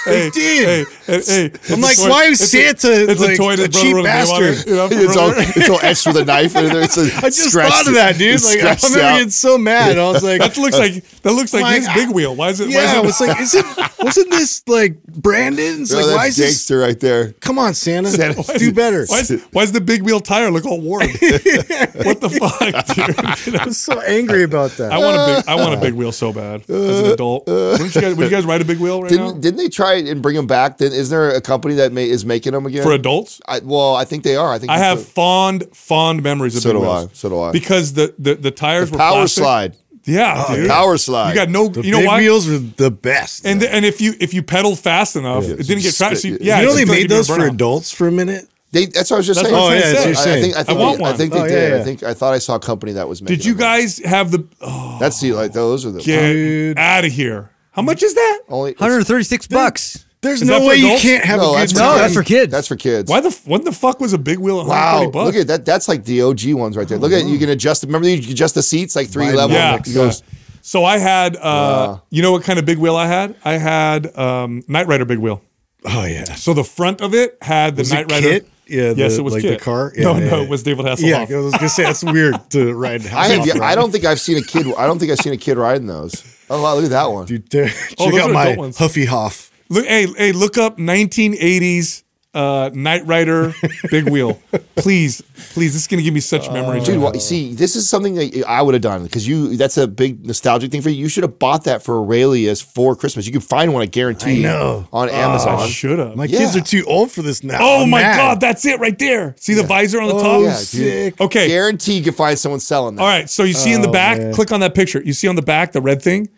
S4: they did.
S2: Hey, hey, hey,
S4: I'm like, why is Santa
S2: It's a
S4: like,
S2: toy
S4: a
S2: that brother
S4: cheap
S2: wrote a name on it, (laughs)
S4: bastard?
S2: you know, from
S3: It's all,
S2: brother.
S3: it's all etched with a knife. And
S4: (laughs)
S3: it's a
S4: I just thought of that, dude. Like I remember getting so mad. I was like,
S2: That looks like that looks like,
S4: Like,
S2: his big wheel. Why is it? why is
S4: yeah,
S2: it-
S4: I was like, is it wasn't this like Brandon's?
S3: No,
S4: like,
S3: that's
S4: why is this?
S3: gangster right there.
S4: Come on, Santa,
S2: Why is
S4: do
S2: it-
S4: better.
S2: Why is, why is the big wheel tire look all
S4: (laughs)
S2: worn? what the fuck, dude? You know,
S4: I'm so angry about that.
S2: I want a big. I want
S3: (laughs)
S2: a big wheel so bad as an adult. Wouldn't you guys, would you guys ride a big wheel right
S3: Didn't
S2: now
S3: didn't they try and bring them back? Then is there a company that may, is making them again
S2: for adults?
S3: I, well, I think they are. I think
S2: I
S3: it's
S2: have
S3: a-
S2: fond, fond memories of
S3: So
S2: big
S3: do
S2: wheels.
S3: I, so do I.
S2: Because the the, the tires were
S3: power
S2: plastic.
S3: slide.
S2: Yeah, dude.
S3: Power slide.
S2: You got no.
S4: Oh, the
S2: you know
S4: big
S2: why?
S4: wheels were the best.
S2: and th- and if you if you pedal fast enough, it didn't get
S3: Spit-
S2: traction.
S3: you
S2: Yeah,
S4: you
S2: it
S4: know they
S2: just doesn't
S4: made those
S2: give you
S4: for
S2: a burnout.
S4: adults for a minute.
S3: They, that's what I was just
S2: That's
S3: saying.
S2: what I'm
S4: Oh, yeah,
S2: saying.
S4: that's what
S3: I,
S4: you're
S3: I think I think
S4: saying.
S2: I want
S3: they, I
S2: one.
S3: think they
S4: Oh, yeah,
S3: did. I
S4: yeah.
S3: think I thought I saw a company that was making.
S2: Did you
S3: them.
S2: guys have the? Oh,
S3: That's the like those are the
S2: get out of here! How much is that?
S3: only. it's-
S6: 136 bucks.
S4: There's
S2: Is that
S4: no
S2: for
S4: way
S2: adults?
S4: you can't have
S3: no,
S4: a
S3: that's
S4: good
S3: for
S6: No,
S4: time.
S6: that's for kids.
S3: That's for kids.
S2: Why the f- what the fuck was a big wheel? at
S3: Wow!
S2: 130 bucks?
S3: Look at that. That's like the OG ones right there. Look at you can adjust. Remember you can adjust the seats like three levels.
S2: Yeah.
S3: It goes-
S2: yeah. So I had, uh, you know what kind of big wheel I had? I had um, Knight Rider big wheel.
S4: Oh yeah.
S2: So the front of it had the
S4: Was it
S2: Knight Rider.
S4: Kit? Yeah,
S2: yes,
S4: the-
S2: it was
S4: like the
S2: Kit.
S4: car?
S2: no,
S4: Yeah, yeah,
S2: no,
S4: yeah.
S2: it was David
S4: Yeah,
S2: Hasselhoff.
S4: I was gonna say that's weird to ride.
S3: I have.
S4: Hasselhoff
S3: I
S4: around.
S3: don't think I've seen a kid. I don't think I've seen a kid riding those. Oh wow! Look at that one.
S4: (laughs) Dude, there-
S2: Oh,
S4: check
S2: those are
S4: out my
S2: adult ones.
S4: Huffy Hoff.
S2: look, hey, hey, look up 1980s uh, Knight Rider, Big
S4: (laughs)
S2: Wheel. Please, please, this is gonna give me such memories.
S3: Dude, why- see, this is something that I would have done because you—that's a big nostalgic thing for you. You should have bought that for Aurelius for Christmas. You can find one, I guarantee.
S4: I know. Ah,
S3: on
S2: I
S3: Amazon.
S2: should have.
S4: My
S3: Yeah.
S4: kids are too old for this now.
S2: Oh
S4: Uh, I'm
S2: my
S4: mad.
S2: god, that's it right there. See the visor on the top?
S4: Oh,
S3: yeah, dude.
S4: sick.
S2: Okay.
S3: Guarantee you can find someone selling that.
S2: All right. So you see in
S3: Oh,
S2: the back, click on that picture. You see on the back the red thing.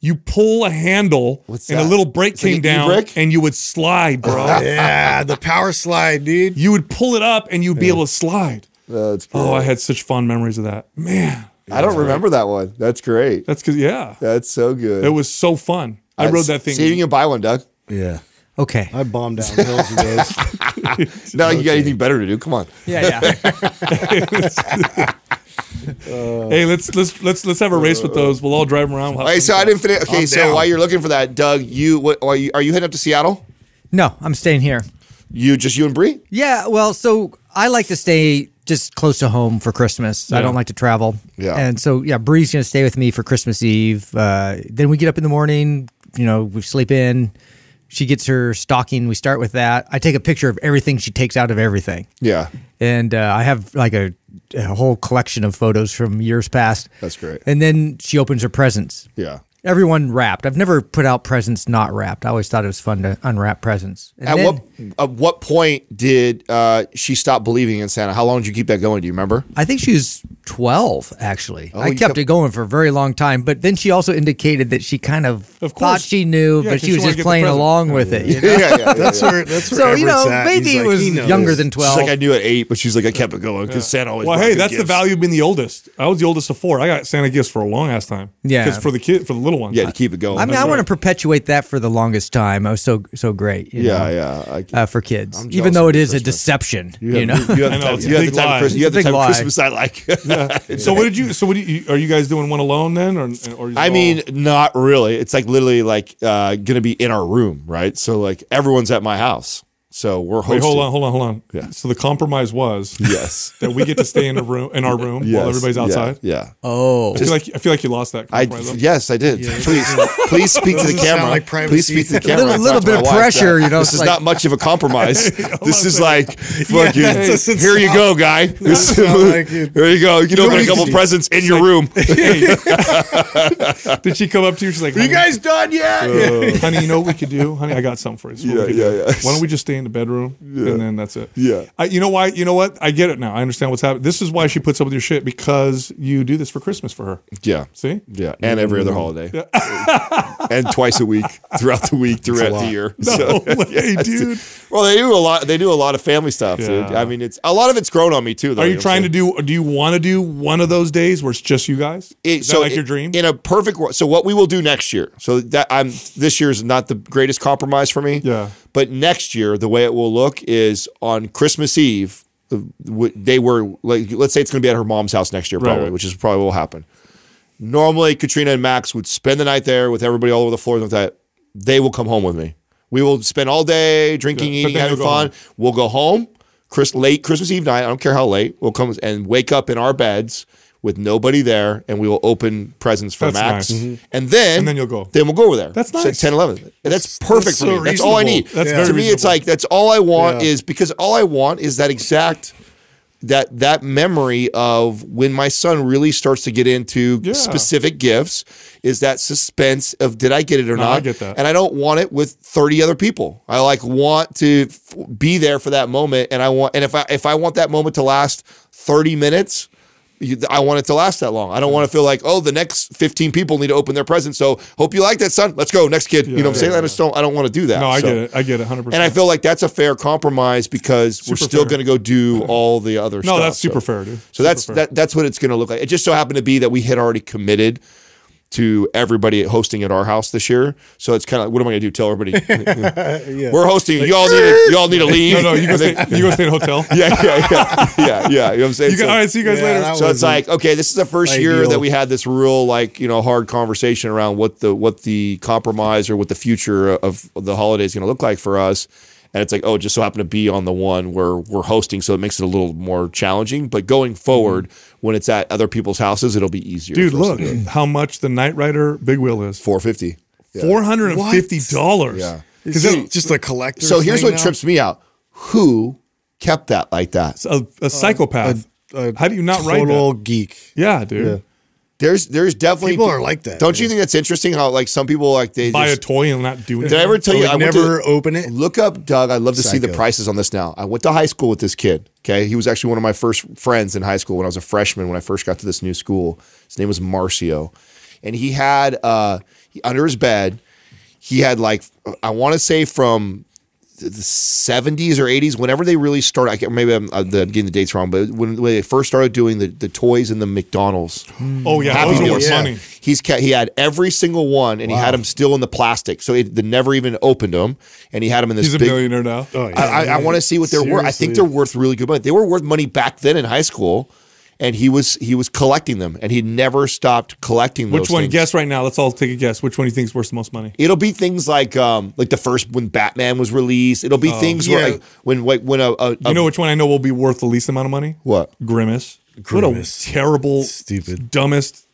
S2: You pull a handle
S3: What's
S2: and a
S3: that?
S2: little brake
S3: It's like
S2: came
S3: an
S2: down
S3: e-brake? Uh-huh.
S2: and you would slide, bro.
S4: (laughs) Yeah, the power slide, dude.
S2: you would pull it up and you'd be able to slide.
S3: That's great.
S2: Oh, I had such fond memories of that. Man,
S3: I don't remember that one. That's great.
S2: that's because yeah,
S3: That's so good.
S2: it was so fun. I
S3: Uh,
S2: rode that thing.
S3: See if you can buy one, (laughs) Doug.
S4: Yeah.
S6: Okay.
S4: I bombed down hills with those.
S3: No, you got anything better to do? Come on.
S6: Yeah, yeah.
S2: hey, let's let's let's let's have a race
S3: Uh,
S2: with those. We'll all drive 'em around. We'll
S3: All
S2: have
S3: right, so
S2: some
S3: I
S2: fun.
S3: didn't finish. Okay,
S2: I'm
S3: so
S2: down.
S3: while you're looking for that, Doug, you what are you, are you heading up to Seattle?
S6: (laughs) no, I'm staying here.
S3: You just you and Bree?
S6: Yeah, well, so I like to stay just close to home for Christmas. I
S2: Yeah.
S6: don't like to travel.
S3: Yeah.
S6: And so, yeah, Bree's going to stay with me for Christmas Eve. Uh, then we get up in the morning, you know, we sleep in. She gets her stocking. We start with that. I take a picture of everything she takes out of everything.
S3: Yeah.
S6: and uh, I have like a, a whole collection of photos from years past.
S3: That's great.
S6: And then she opens her presents.
S3: Yeah.
S6: Everyone wrapped. I've never put out presents not wrapped. I always thought it was fun to unwrap presents. And
S3: At
S6: then-
S3: what at what point did uh, she stop believing in Santa? How long did you keep that going? Do you remember?
S6: I think she was 12, actually. I
S3: you
S6: kept,
S3: kept-
S6: it going for a very long time. But then she also indicated that she kind of,
S2: Of
S6: thought
S2: course.
S6: she knew,
S2: Yeah, 'cause
S6: but she
S2: she
S6: was
S2: wanted to
S6: just
S2: get the
S6: playing
S2: present.
S6: along with it. you know?
S3: (laughs) Yeah, yeah, yeah,
S4: (laughs) That's
S3: yeah.
S4: where that's where
S6: (laughs) So, you
S4: Everett's
S6: know,
S4: at.
S6: maybe
S4: He's
S6: it
S4: like,
S6: was
S4: he knows.
S6: younger than
S3: She's
S6: 12.
S3: like I knew at eight, but she's like I kept it going because Santa always.
S2: Well,
S3: brought
S2: hey,
S3: good
S2: that's the
S3: gifts.
S2: value of being the oldest. I was the oldest of four. I got Santa gifts for a long ass time.
S6: Yeah.
S2: because for the kid, for the little ones.
S3: Yeah, to keep it going.
S6: I mean, I want to perpetuate that for the longest time. I was so, so great. you know?
S3: Yeah, yeah. I,
S6: uh, for kids,
S3: I'm jealous
S6: even though
S3: of
S6: it
S3: your
S6: is a
S3: Christmas.
S6: deception. You,
S3: have-
S6: know,
S3: you have
S2: I know,
S3: the type,
S2: it's a
S3: you have
S2: big
S3: the type
S2: lie.
S3: of Christmas, you have the
S6: It's a big
S3: type of
S6: lie.
S3: Christmas I like.
S2: So what did you? So what do you? Are you guys doing one alone then, or, or is it
S3: (laughs) I
S2: all-
S3: mean, not really. It's like literally like uh, gonna be in our room, right? So like everyone's at my house, so we're hosting.
S2: Wait, hold on, hold on, hold on.
S3: Yeah.
S2: So the compromise was
S3: Yes.
S2: (laughs) that we get to stay in a room in
S3: (laughs)
S2: our room
S3: Yes.
S2: while everybody's
S3: Yeah.
S2: outside.
S3: Yeah.
S6: oh,
S2: I feel like I feel like you lost that
S3: I
S2: compromise.
S3: (laughs) yes, I did. Please,
S2: (laughs)
S3: please speak to the
S4: Doesn't sound
S3: camera.
S4: like privacy.
S3: please speak to the
S6: A
S3: camera.
S6: little-
S3: I
S6: little
S3: talked to
S6: bit
S3: my
S6: of
S3: wife
S6: pressure, you know,
S3: This
S6: it's
S3: is
S6: like-
S3: not much of
S2: (laughs)
S3: a compromise. this is like fucking.
S4: that's a
S3: here you
S4: sense-
S2: (laughs)
S3: go, guy. This, (laughs)
S4: sound like it.
S3: here you go. You can open a couple presents in your
S2: (laughs)
S3: room.
S2: Did she come up to you? She's like, honey,
S3: done yet?
S2: (laughs) honey, you know what we could do? Honey, I got something for you. So what
S3: Yeah,
S2: we could do-
S3: yeah, yeah.
S2: Why don't we just stay in the bedroom and then that's it?
S3: Yeah.
S2: I, you know why? You know what? I get it now. I understand what's happening. This is why she puts up with your shit because you do this for Christmas for her.
S3: yeah.
S2: See?
S3: Yeah, and every other holiday, (laughs) and twice a week throughout the week throughout the
S2: (laughs)
S3: year.
S2: No
S3: (laughs) So-
S2: way, dude.
S3: well, they do a lot. They do a lot of family stuff. Dude.
S2: Yeah.
S3: I mean, it's a lot of it's grown on me too. Though,
S2: Are
S3: know
S2: you
S3: what
S2: trying
S3: I'm
S2: to
S3: saying?
S2: do? Do you want to do one of those days where it's just you guys?
S3: It-
S2: Is that like
S3: it-
S2: your dream?
S3: in a perfect world. So what we will do next year. So that I'm this year is not the greatest compromise for me.
S2: Yeah.
S3: But next year, the way it will look is on Christmas Eve. the- w- They were like, let's say it's going to be at her mom's house next year,
S2: Right,
S3: probably,
S2: right.
S3: which is probably what will happen. Normally, Katrina and Max would spend the night there with everybody all over the floor. And that they will come home with me. We will spend all day drinking,
S2: Yeah, but
S3: eating,
S2: then
S3: having
S2: you'll go
S3: fun. We'll go home, Chris, late Christmas Eve night. I don't care how late. We'll come and wake up in our beds with nobody there, and we will open presents for
S2: That's
S3: Max.
S2: nice.
S3: And then
S2: And then you'll go.
S3: Then we'll go over there.
S2: That's
S3: So
S2: nice.
S3: 10, 11. And That's, perfect
S4: that's
S3: for
S4: so
S3: me. That's all I need.
S2: reasonable. That's very
S3: to me, it's
S2: reasonable.
S3: like that's all I want
S4: Yeah.
S3: is because all I want is that exact that that memory of when my son really starts to get into
S2: Yeah.
S3: specific gifts is that suspense of did I get it or
S2: No, I
S3: not?
S2: get that.
S3: And I don't want it with 30 other people. I like want to f- be there for that moment and I want and if I if I want that moment to last 30 minutes you, I want it to last that long. I don't want to feel like, oh, the next 15 people need to open their presents. So hope you like that, son. Let's go. Next kid. you know what I'm
S2: yeah,
S3: saying?
S2: yeah.
S3: I just don't I don't want to do that.
S2: no, I
S3: So-
S2: get it. I get it. Hundred percent.
S3: and I feel like that's a fair compromise because we're
S2: Super
S3: still
S2: fair.
S3: going to go do all the other
S2: no,
S3: stuff.
S2: that's super
S3: so.
S2: fair, dude.
S3: So that's that, that's what it's going to look like. It just so happened to be that we had already committed to everybody hosting at our house this year. So it's kind of what am I going to do? Tell everybody
S2: (laughs)
S3: we're hosting. you all need to, you all need to leave.
S2: No,
S3: (laughs)
S2: no, you go
S3: And
S2: stay.
S3: then-
S2: You go stay in a hotel.
S3: yeah, yeah, yeah, yeah, yeah. You know what I'm saying?
S2: You go,
S3: So-
S2: all right, see you guys
S4: Yeah,
S2: later.
S4: that
S3: so it's
S4: wasn't
S3: like okay, this is the first year
S4: ideal.
S3: that we had this real like you know hard conversation around what the what the compromise or what the future of the holiday is going to look like for us. And it's like oh, it just so happened to be on the one where we're hosting, so it makes it a little more challenging. But
S4: Mm-hmm.
S3: going forward, when it's at other people's houses, it'll be easier.
S2: Dude, look how much the Knight Rider Big Wheel is.
S3: four fifty.
S2: Four hundred and fifty dollars.
S3: Yeah.
S4: Is it just a collector?
S3: So here's what trips me out. who kept that like that.
S2: A, a psychopath.
S4: a
S2: How do you not write
S4: total
S2: that?
S4: geek.
S2: Yeah, dude.
S3: There's there's definitely
S4: People are like that.
S3: Don't you think that's interesting? How like some people like they
S2: Buy a
S3: just,
S2: toy and not do it.
S3: did I ever tell
S4: (laughs) I
S3: you
S4: would
S3: I went to-
S4: never open it.
S3: Look up, Doug. I'd love to see the
S4: Psycho.
S3: prices on this now. I went to high school with this kid. Okay. He was actually one of my first friends in high school when I was a freshman when I first got to this new school. His name was Marcio. And he had, uh, he- under his bed, he had like, I want to say from the 70s or 80s, whenever they really started, I can't, maybe I'm, I'm getting the dates wrong, but when, when they first started doing the, the toys in the McDonald's.
S4: Hmm.
S2: Oh yeah,
S3: Happy
S2: those are
S3: Meals.
S2: worth
S4: Yeah.
S2: money.
S3: He's ca- he had every single one, and he had them still in the plastic, so it they never even opened them, and he had them in this
S2: He's a
S3: big.
S2: millionaire now.
S4: Oh, yeah.
S3: I, I, I want to see what they're worth. I think
S4: Seriously.
S3: they're worth really good money. They were worth money back then in high school, and he was he was collecting them, and he never stopped collecting.
S2: Which
S3: those
S2: one?
S3: things.
S2: Guess right now. Let's all take a guess. Which one do you think is worth the most money?
S3: It'll be things like um like the first when Batman was released. It'll be things
S4: yeah.
S3: where like when like when a, a, a
S2: Oh, You know which one I know will be worth the least amount of money?
S3: what
S2: Grimace.
S4: Grimace.
S2: What a terrible,
S4: Stupid.
S2: dumbest,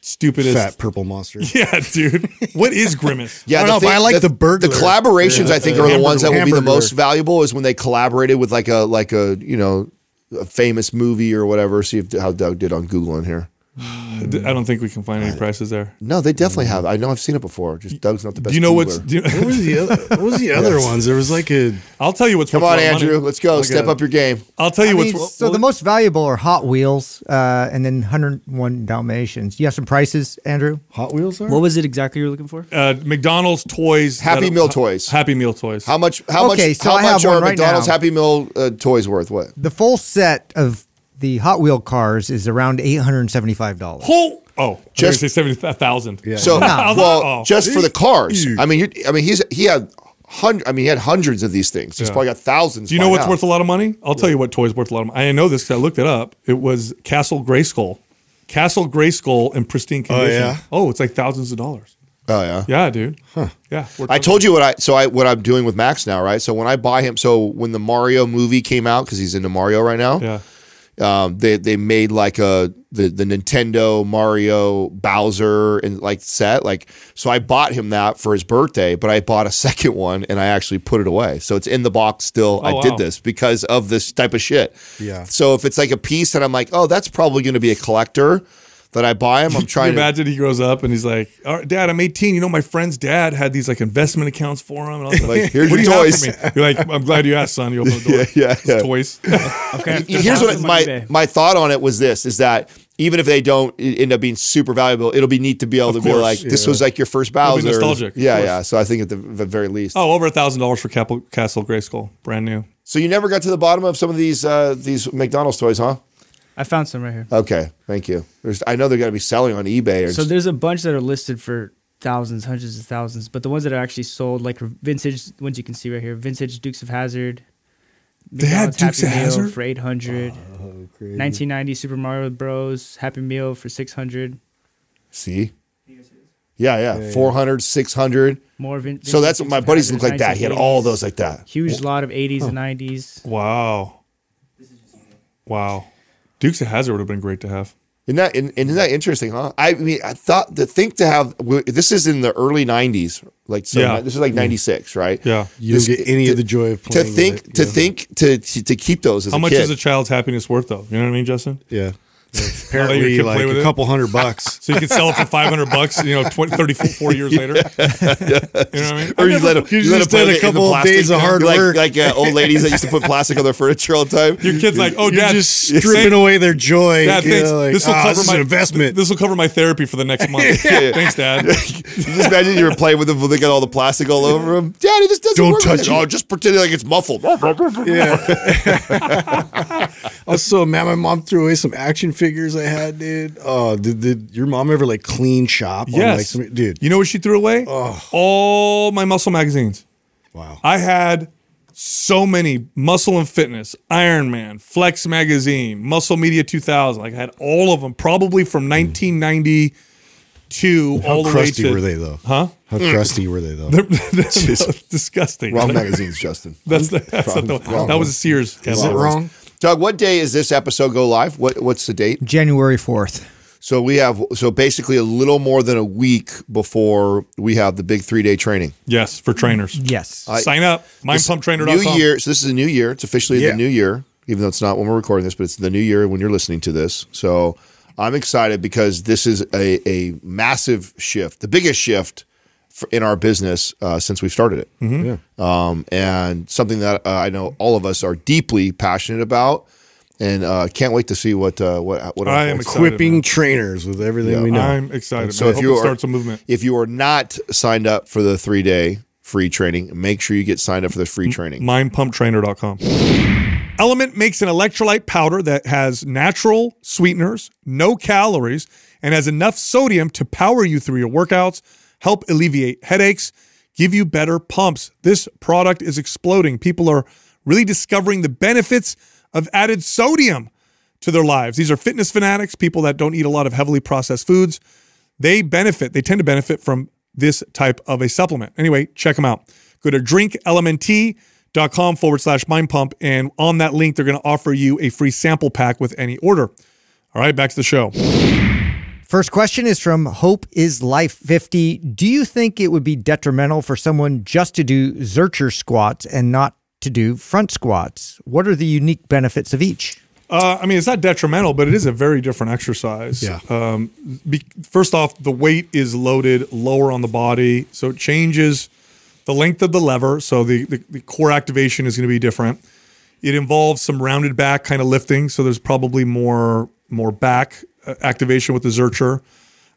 S2: stupidest.
S4: fat purple monster.
S2: (laughs)
S4: (laughs)
S2: Yeah, dude. What is Grimace?
S3: Yeah,
S4: I don't know, but I like the burglar.
S3: The collaborations I think
S4: the
S3: are the
S4: hamburger-
S3: ones that will be the
S4: hamburger.
S3: most valuable is when they collaborated with like a like a you know a famous movie or whatever. See if, how Doug did on Google in here.
S2: I don't think we can find any prices there.
S3: No, they definitely have. I know I've seen it before. Just Doug's not the best.
S2: Do you know what's?
S3: Googler.
S2: Do you- (laughs)
S4: What was the other, what was the other ones? There was like a
S2: I'll tell you what's.
S3: Come
S2: worth
S3: on,
S2: a lot of money.
S3: Andrew. Let's go. Step up your game.
S2: I'll tell you
S6: I
S2: what's.
S6: mean, so the most valuable are Hot Wheels uh, and then 101 Dalmatians. You have some prices, Andrew?
S4: Hot Wheels. Are?
S5: What was it exactly you were looking for?
S2: uh, McDonald's toys.
S3: Happy
S2: that-
S3: Meal toys.
S2: Happy Meal toys.
S3: How much? How
S6: Okay,
S3: much?
S6: so
S3: how
S6: I
S3: much
S6: have one
S3: are
S6: right
S3: McDonald's
S6: now.
S3: Happy Meal uh, toys worth? What?
S6: The full set of the Hot Wheel cars is around $875.
S2: Oh, oh, just
S3: Just-
S2: say seventy thousand. (laughs) Yeah.
S3: So
S6: No.
S3: well,
S2: Oh.
S3: just for the cars. I mean, you- I mean, he's he had hundred. I mean, he had hundreds of these things. He's probably got thousands.
S2: Do you know what's worth a
S3: lot?
S2: lot of money? I'll tell you what toy's worth a lot of money. I know this because I looked it up. It was Castle Grayskull. Castle Grayskull in pristine condition.
S4: yeah?
S2: Oh, it's like thousands of dollars.
S3: Oh yeah.
S2: Yeah, dude. Huh. Yeah. worth
S3: I
S2: a-
S3: told you what I so I what I'm doing with Max now, right? So when I buy him, so when the Mario movie came out because he's into Mario right now,
S2: Yeah.
S3: um, they they made like a the the Nintendo Mario Bowser and like set like so I bought him that for his birthday, but I bought a (laughs) second one and I actually put it away, so it's in the box still. I
S2: Oh, wow.
S3: did this because of this type of shit.
S4: Yeah.
S3: So if it's like a piece and I'm like, oh, that's probably going to be a collector that I buy
S2: (laughs)
S3: him. I'm
S2: Can you
S3: trying to.
S2: imagine he grows up and he's like, All right, Dad, I'm 18. You know, my friend's dad had these like investment accounts for him. And I was
S3: Like, here's
S2: what
S3: your
S2: do you have
S3: toys."
S2: for me? You're like, I'm glad you asked, son. You opened the door.
S3: (laughs) Yeah, yeah,
S2: It's
S3: yeah.
S2: Toys. (laughs)
S5: Okay.
S3: here's what my my thought on it was this is that even if they don't i- end up being super valuable, it'll be neat to be able to be
S2: course,
S3: like, this was like your first
S2: It'll be
S3: Bowser.
S2: nostalgic, of
S3: Yeah,
S2: course.
S3: yeah. So I think at the, the very least.
S2: oh, over a thousand dollars for Capel, Castle Grayskull, brand new.
S3: So you never got to the bottom of some of these uh, these McDonald's toys, huh?
S5: I found some right here.
S3: Okay, thank you. There's, I know they're gonna be selling on eBay. Or
S5: So there's a bunch that are listed for thousands, hundreds of thousands, but the ones that are actually sold, like vintage ones you can see right here, vintage Dukes of Hazard.
S2: They had Dukes of Hazzard?
S5: for 800.
S3: Oh,
S5: 1990 Super Mario Bros. Happy Meal for 600.
S3: see. Yeah, yeah, 400, 600.
S5: More vin- vintage.
S3: So that's what my
S5: Dukes of
S3: buddies
S5: Hazzard,
S3: look like that. He had
S5: 1980s.
S3: all those like that.
S5: Huge lot of 80s and 90s.
S2: Wow. Wow. Dukes of Hazard would have been great to have.
S3: Isn't that isn't isn't that interesting, huh? I mean, I thought the think to have w- this is in the early '90s, like so
S2: Yeah. Mm.
S3: this is like '96, right?
S2: Yeah.
S4: You don't
S3: This-
S4: get any
S3: to-
S4: of the joy of
S3: To
S4: playing. with
S3: think,
S4: it,
S3: to
S4: yeah.
S3: think, to to to keep those. As
S2: How
S3: a
S2: much
S3: kid.
S2: is a child's happiness worth, though? You know what I mean, Justin?
S4: Yeah.
S2: oh, you
S4: Apparently,
S2: can play
S4: like
S2: with
S4: a
S2: it?
S4: couple hundred
S2: (laughs)
S4: bucks.
S2: So you can sell it for 500 bucks, you know, 20, 34
S3: (laughs)
S2: years later. You know what I mean?
S3: Or you let them.
S4: you
S3: You let them
S4: just
S3: play
S4: did
S3: with it in
S4: a
S3: the
S4: couple
S3: plastic,
S4: days of hard
S3: like,
S4: work.
S3: like uh, old ladies that used to
S4: (laughs)
S3: put plastic on their furniture all the time.
S2: Your kid's like, oh,
S4: You're
S2: dad,
S4: just
S2: thank-
S4: stripping away their joy.
S2: Dad,
S4: you know,
S2: thanks.
S4: like,
S2: this will
S4: "Ah,
S2: cover
S4: this is
S2: my
S4: an investment.
S2: This will cover my therapy for the next
S4: (laughs)
S2: month. (laughs) Thanks, Dad.
S3: Just imagine you were playing with them, they got all the plastic all over them. Daddy, this doesn't
S4: Don't
S3: work.
S4: touch it.
S3: Oh, just pretend like it's muffled.
S4: Also, Oh, man, my mom threw away some action figures I had, dude. Oh, did, did your mom ever like clean shop? On, like,
S2: Yes.
S4: some, dude.
S2: You know what she threw away?
S4: Oh.
S2: All my muscle magazines.
S4: Wow.
S2: I had so many Muscle and Fitness, Iron Man, Flex Magazine, Muscle Media 2000. Like I had all of them, probably from 1992 all
S4: Hmm. How
S2: the
S4: crusty
S2: way to. (laughs)
S4: were they though? Huh? Mm. How crusty were they though?
S2: That's (laughs) disgusting.
S3: Wrong magazines, Justin.
S2: That's, the, that's not the one.
S3: wrong
S2: that was a Sears.
S4: Is it wrong?
S3: Doug, what day is this episode go live? What What's the date?
S6: January 4th.
S3: So we have so basically a little more than a week before we have the big three day training.
S2: Yes, for trainers.
S6: Yes.
S2: Sign up. MindPumpTrainer.com.
S3: New year. So this is a new year. It's officially
S4: Yeah.
S3: the new year, even though it's not when we're recording this, but it's the new year when you're listening to this. So I'm excited because this is a, a massive shift, the biggest shift for, in our business uh, since we've started it.
S2: Mm-hmm.
S3: Um, and something that uh, I know all of us are deeply passionate about. And uh, can't wait to see what uh, what what
S2: I am
S3: unfolds.
S2: Excited,
S4: Equipping trainers with everything we know.
S2: I'm excited.
S3: So
S2: man. I
S3: if
S2: hope
S3: you
S2: it
S3: are-
S2: starts a movement.
S3: If you are not signed up for the three day free training, make sure you get signed up for the free training.
S2: mindpumptrainer.com. Element makes an electrolyte powder that has natural sweeteners, no calories, and has enough sodium to power you through your workouts, help alleviate headaches, give you better pumps. This product is exploding. People are really discovering the benefits of added sodium to their lives. These are fitness fanatics, people that don't eat a lot of heavily processed foods. They benefit, they tend to benefit from this type of a supplement. Anyway, check them out. Go to drinklmnt.com forward slash mind pump. And on that link, they're going to offer you a free sample pack with any order. All right, back to the show.
S6: First question is from Hope is Life 50. Do you think it would be detrimental for someone just to do Zercher squats and not to do front squats? What are the unique benefits of each?
S2: Uh, I mean, it's not detrimental, but it is a very different exercise.
S4: Yeah.
S2: Um, be, first off, the weight is loaded lower on the body, so it changes the length of the lever. So the, the, the core activation is going to be different. It involves some rounded back kind of lifting, so there's probably more more back uh, activation with the zercher.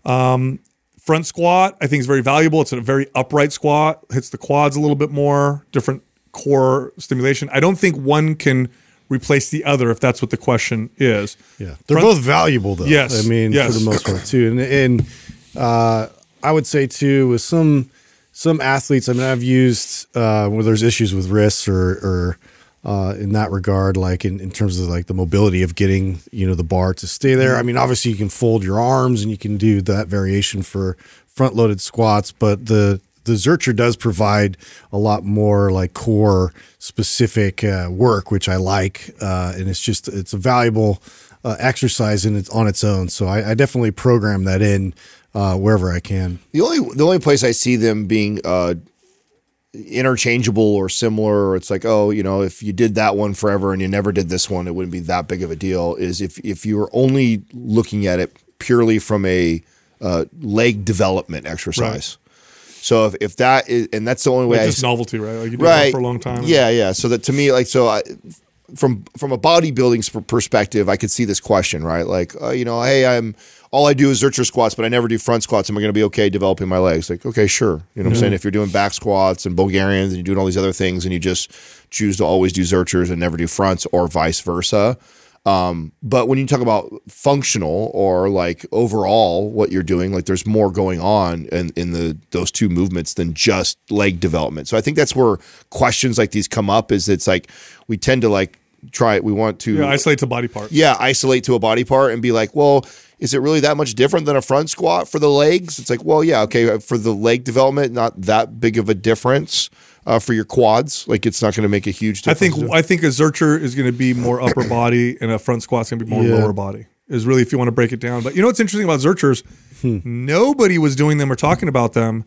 S2: Um, front squat, I think, is very valuable. It's a very upright squat, hits the quads a little bit more, different core stimulation. I don't think one can replace the other if that's what the question is.
S4: Yeah, they're
S2: Front-
S4: both valuable though.
S2: Yes,
S4: I mean
S2: yes.
S4: for the most part too, and and uh, I would say too with some some athletes. I mean, I've used uh, where there's issues with wrists or or uh, in that regard, like in, in terms of like the mobility of getting you know the bar to stay
S2: Mm-hmm.
S4: there. I mean, obviously you can fold your arms and you can do that variation for front loaded squats, but the the Zercher does provide a lot more like core specific uh, work, which I like, uh, and it's just it's a valuable uh, exercise in its on its own. So I, I definitely program that in uh, wherever I can.
S3: The only the only place I see them being uh, interchangeable or similar, or it's like, oh, you know, if you did that one forever and you never did this one, it wouldn't be that big of a deal. Is if if you were only looking at it purely from a uh, leg development exercise. So if, if that is, and that's the only way
S2: It's
S3: I
S2: just
S3: see-
S2: novelty, right? Like you did that
S3: right
S2: for a long time.
S3: Yeah, yeah. So that to me, like, so I, from from a bodybuilding sp- perspective, I could see this question, right? Like, uh, you know, hey, I'm all I do is Zercher squats, but I never do front squats. Am I going to be okay developing my legs? Like, okay, sure. You know what I'm saying? If you're doing back squats and Bulgarians and you're doing all these other things, and you just choose to always do Zerchers and never do fronts, or vice versa. Um, but when you talk about functional or like overall what you're doing, like there's more going on in, in the those two movements than just leg development. So I think that's where questions like these come up is it's like we tend to like try we want to
S2: Yeah, isolate to body part.
S3: yeah, isolate to a body part and be like, well, is it really that much different than a front squat for the legs? It's like, well, yeah, okay, for the leg development, not that big of a difference uh, for your quads. Like, it's not going to make a huge
S2: I
S3: difference.
S2: think I think a zercher is going to be more upper body, and a front squat's going to be more
S4: Yeah.
S2: lower body. Is really if you want to break it down. But you know what's interesting about zerchers?
S3: Hmm.
S2: Nobody was doing them or talking about them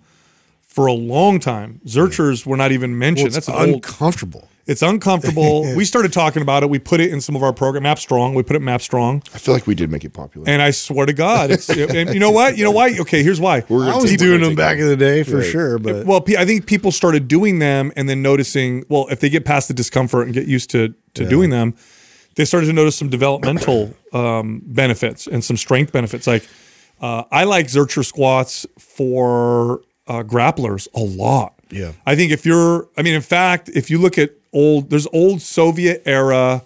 S2: for a long time. Zerchers were not even mentioned.
S4: it's
S2: That's an old.
S4: uncomfortable.
S2: It's
S3: (laughs)
S2: uncomfortable. we started talking about it. We put it in some of our program. Map strong. We put it in map strong.
S3: I feel like we did make it popular.
S2: And I swear to God, it's. and you know what? You know why? Okay, here's why.
S3: We're gonna
S4: I was
S3: take- we're
S4: doing
S3: gonna
S4: them
S3: take
S4: back
S3: that.
S4: in the day for
S3: Right.
S4: sure, but
S2: Well, pe- I think people started doing them and then noticing, well, if they get past the discomfort and get used to to doing them, they started to notice some developmental um, benefits and some strength benefits. Like uh, I like Zercher squats for uh, grapplers a lot.
S4: Yeah.
S2: I think if you're, I mean, in fact, if you look at old, there's old Soviet era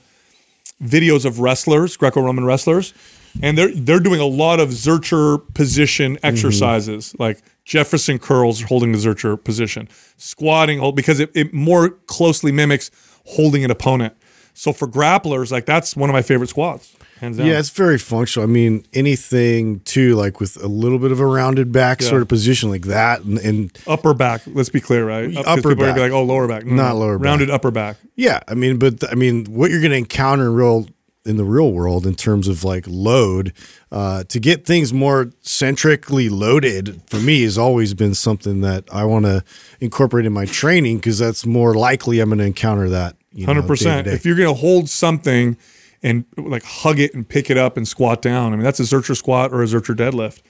S2: videos of wrestlers, Greco-Roman wrestlers, and they're they're doing a lot of zercher position
S4: Mm-hmm.
S2: exercises, like Jefferson curls holding the zercher position, squatting hold because it, it more closely mimics holding an opponent. So for grapplers, like that's one of my favorite squats, hands down.
S4: Yeah, it's very functional. I mean, anything too, like with a little bit of a rounded back
S2: Yeah.
S4: sort of position like that, and, and
S2: upper back. Let's be clear, right? Up- 'cause
S4: Upper
S2: people are gonna be
S4: back.
S2: like, oh, lower back, No,
S4: Not
S2: no.
S4: lower back.
S2: rounded upper back.
S4: yeah, I mean, but I mean, what you're going to encounter in real in the real world in terms of like load uh, to get things more centrically loaded for me has always been something that I want to incorporate in my training because that's more likely I'm going to encounter that. you know,
S2: Hundred percent.
S4: day to day.
S2: If you're gonna hold something and like hug it and pick it up and squat down, I mean that's a zercher squat or a zercher deadlift,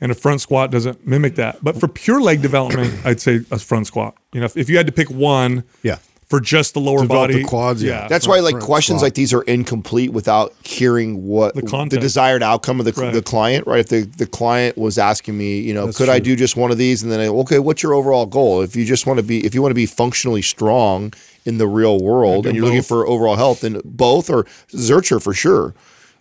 S2: and a front squat doesn't mimic that. But for pure leg development, I'd say a front squat. You know, if, if you had to pick one,
S4: Yeah.
S2: for just the lower
S4: Develop the
S2: body,
S4: quads, yeah.
S3: That's why, like questions like these are incomplete without hearing what the,
S2: content.
S3: desired outcome of the,
S2: Right.
S3: the client. Right? If the, the client was asking me, you know, could I
S4: true.
S3: do just one of these? And then, I, okay, what's your overall goal? If you just want to be, if you want to be functionally strong in the real world, and you're looking for overall health, then both or Zurcher for sure.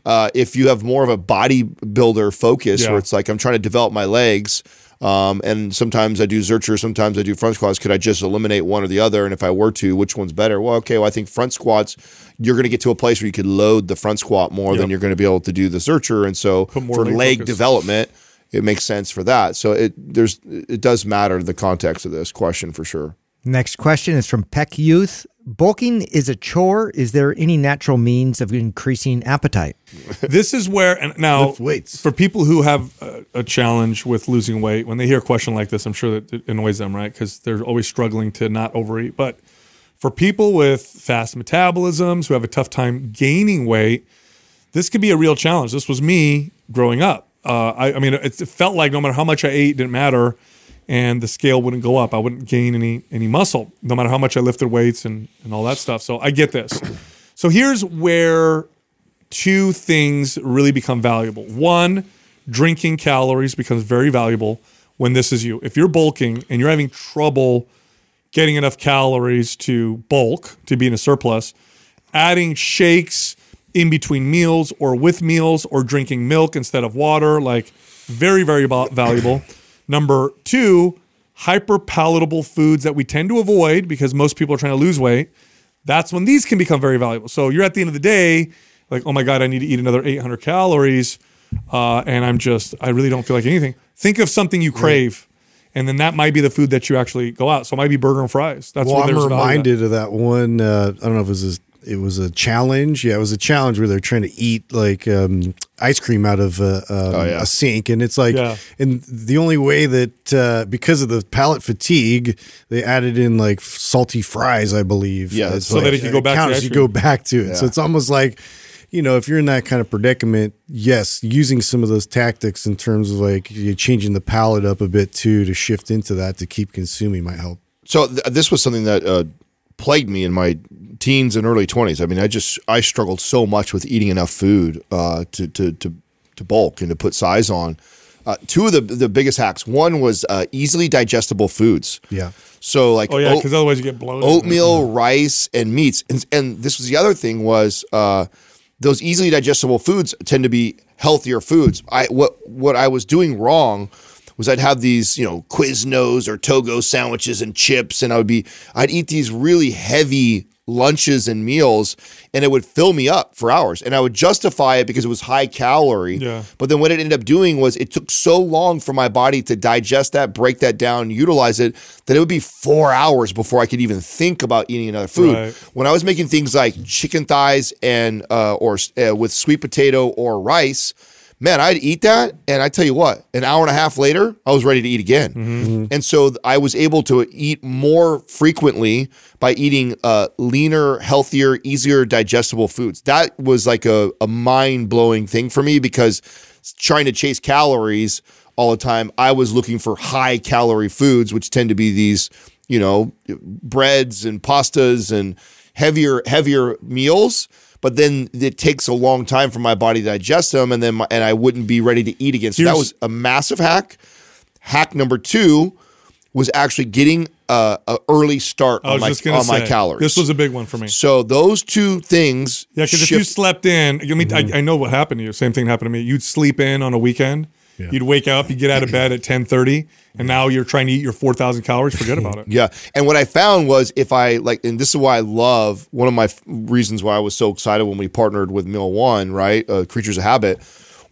S3: Uh, if you have more of a bodybuilder focus,
S2: Yeah.
S3: where it's like I'm trying to develop my legs. Um, and sometimes I do Zercher, sometimes I do front squats. Could I just eliminate one or the other? And if I were to, which one's better? Well, okay, well, I think front squats, you're going to get to a place where you could load the front squat more than you're going to be able to do the Zercher. And so
S2: more
S3: for
S2: leg
S3: leg,
S2: focus.
S3: development, it makes sense for that. So it there's it does matter the context of this question for sure.
S6: Next question is from Peck Youth. Bulking is a chore. Is there any natural means of increasing appetite?
S2: (laughs) this is where and now
S4: Lift weights.
S2: for people who have a, a challenge with losing weight when they hear a question like this i'm sure that it annoys them right because they're always struggling to not overeat but for people with fast metabolisms who have a tough time gaining weight this could be a real challenge this was me growing up uh, I, I mean it, it felt like no matter how much i ate it didn't matter and the scale wouldn't go up i wouldn't gain any any muscle no matter how much i lifted weights and and all that stuff so i get this so here's where two things really become valuable. One, drinking calories becomes very valuable when this is you. If you're bulking and you're having trouble getting enough calories to bulk, to be in a surplus, adding shakes in between meals or with meals or drinking milk instead of water, like very, very val- valuable. Number two, hyper palatable foods that we tend to avoid because most people are trying to lose weight that's when these can become very valuable. So you're at the end of the day, like, oh my God, I need to eat another 800 calories. Uh, and I'm just, I really don't feel like anything. Think of something you crave. And then that might be the food that you actually go out. So it might be burger and fries. That's
S4: well,
S2: where
S4: I'm
S2: there's value at.
S4: reminded of that one. Uh, I don't know if it was a, it was a challenge. Yeah, it was a challenge where they're trying to eat like um, ice cream out of a, um,
S2: Oh,
S3: yeah.
S4: a sink, and it's like,
S2: Yeah.
S4: and the only way that uh, because of the palate fatigue, they added in like salty fries, I believe.
S3: Yeah,
S4: As,
S3: so
S4: like,
S2: that it could go back to the
S4: counters,
S2: ice
S4: you
S2: cream.
S4: go back to it. So it's almost like. You know, if you're in that kind of predicament, yes, using some of those tactics in terms of like you're changing the palate up a bit too to shift into that to keep consuming might help.
S3: so th- this was something that uh, plagued me in my teens and early 20s i mean i just i struggled so much with eating enough food uh, to, to to to bulk and to put size on uh, two of the the biggest hacks one was uh, easily digestible foods
S4: Yeah.
S3: so like
S2: Oh, yeah,
S3: oat-
S2: because otherwise you get bloated.
S3: oatmeal, rice, and meats. And, and this was the other thing was uh, those easily digestible foods tend to be healthier foods. I what what I was doing wrong was I'd have these you know Quiznos or Togo sandwiches and chips, and I would be I'd eat these really heavy lunches and meals and it would fill me up for hours and I would justify it because it was high calorie
S2: Yeah.
S3: but then what it ended up doing was it took so long for my body to digest that, break that down, utilize it, that it would be four hours before I could even think about eating another food.
S2: Right.
S3: When I was making things like chicken thighs and uh, or uh, with sweet potato or rice, man, I'd eat that, and I tell you what, an hour and a half later, I was ready to eat again. And so th- I was able to eat more frequently by eating uh, leaner, healthier, easier digestible foods. That was like a, a mind blowing thing for me because s- trying to chase calories all the time, I was looking for high calorie foods, which tend to be these, you know, breads and pastas and heavier, heavier meals. But then it takes a long time for my body to digest them, and then my, and I wouldn't be ready to eat again. So that
S2: Here's-
S3: was a massive hack. Hack number two was actually getting a, a early start
S2: I
S3: on
S2: was
S3: my
S2: just going to
S3: on
S2: say,
S3: my calories.
S2: this was a big one for me.
S3: so those two things.
S2: Yeah, because if you
S3: shift- Mm-hmm.
S2: slept in, I mean, I, I know what happened to you. Same thing happened to me. You'd sleep in on a weekend. You'd wake up, you would get out of bed at ten thirty, and now you're trying to eat your four thousand calories. Forget about it.
S3: Yeah. And what I found was if I like, and this is why I love one of my f- reasons why I was so excited when we partnered with Mill One, right? Uh, Creatures of Habit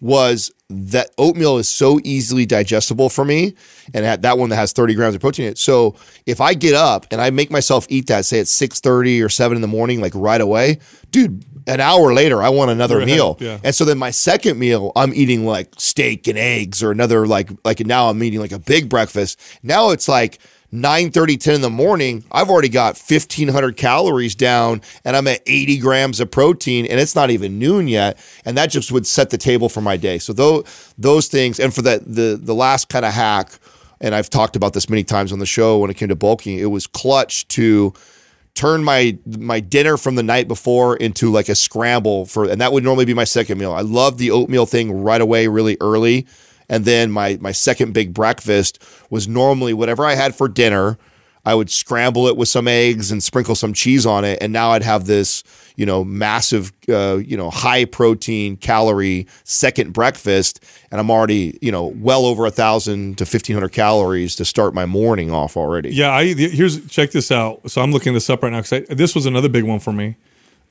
S3: was that oatmeal is so easily digestible for me, and that- that one that has 30 grams of protein in it. So if I get up and I make myself eat that, say at 6:30 or 7 in the morning, like right away, dude, an hour later I want another
S2: You're ahead,
S3: meal.
S2: yeah.
S3: And so then my second meal, I'm eating like steak and eggs or another like like now I'm eating like a big breakfast. Now it's like 9 10 in the morning i've already got 1500 calories down and i'm at 80 grams of protein and it's not even noon yet and that just would set the table for my day so though those things and for that the the last kind of hack and i've talked about this many times on the show when it came to bulking it was clutch to turn my my dinner from the night before into like a scramble for and that would normally be my second meal. I love the oatmeal thing right away really early and then my my second big breakfast was normally whatever I had for dinner I would scramble it with some eggs and sprinkle some cheese on it and now I'd have this, you know, massive uh, you know, high protein calorie second breakfast and I'm already, you know, well over a 1000 to 1500 calories to start my morning off already.
S2: Yeah, I the- here's check this out. So I'm looking this up right now because this was another big one for me.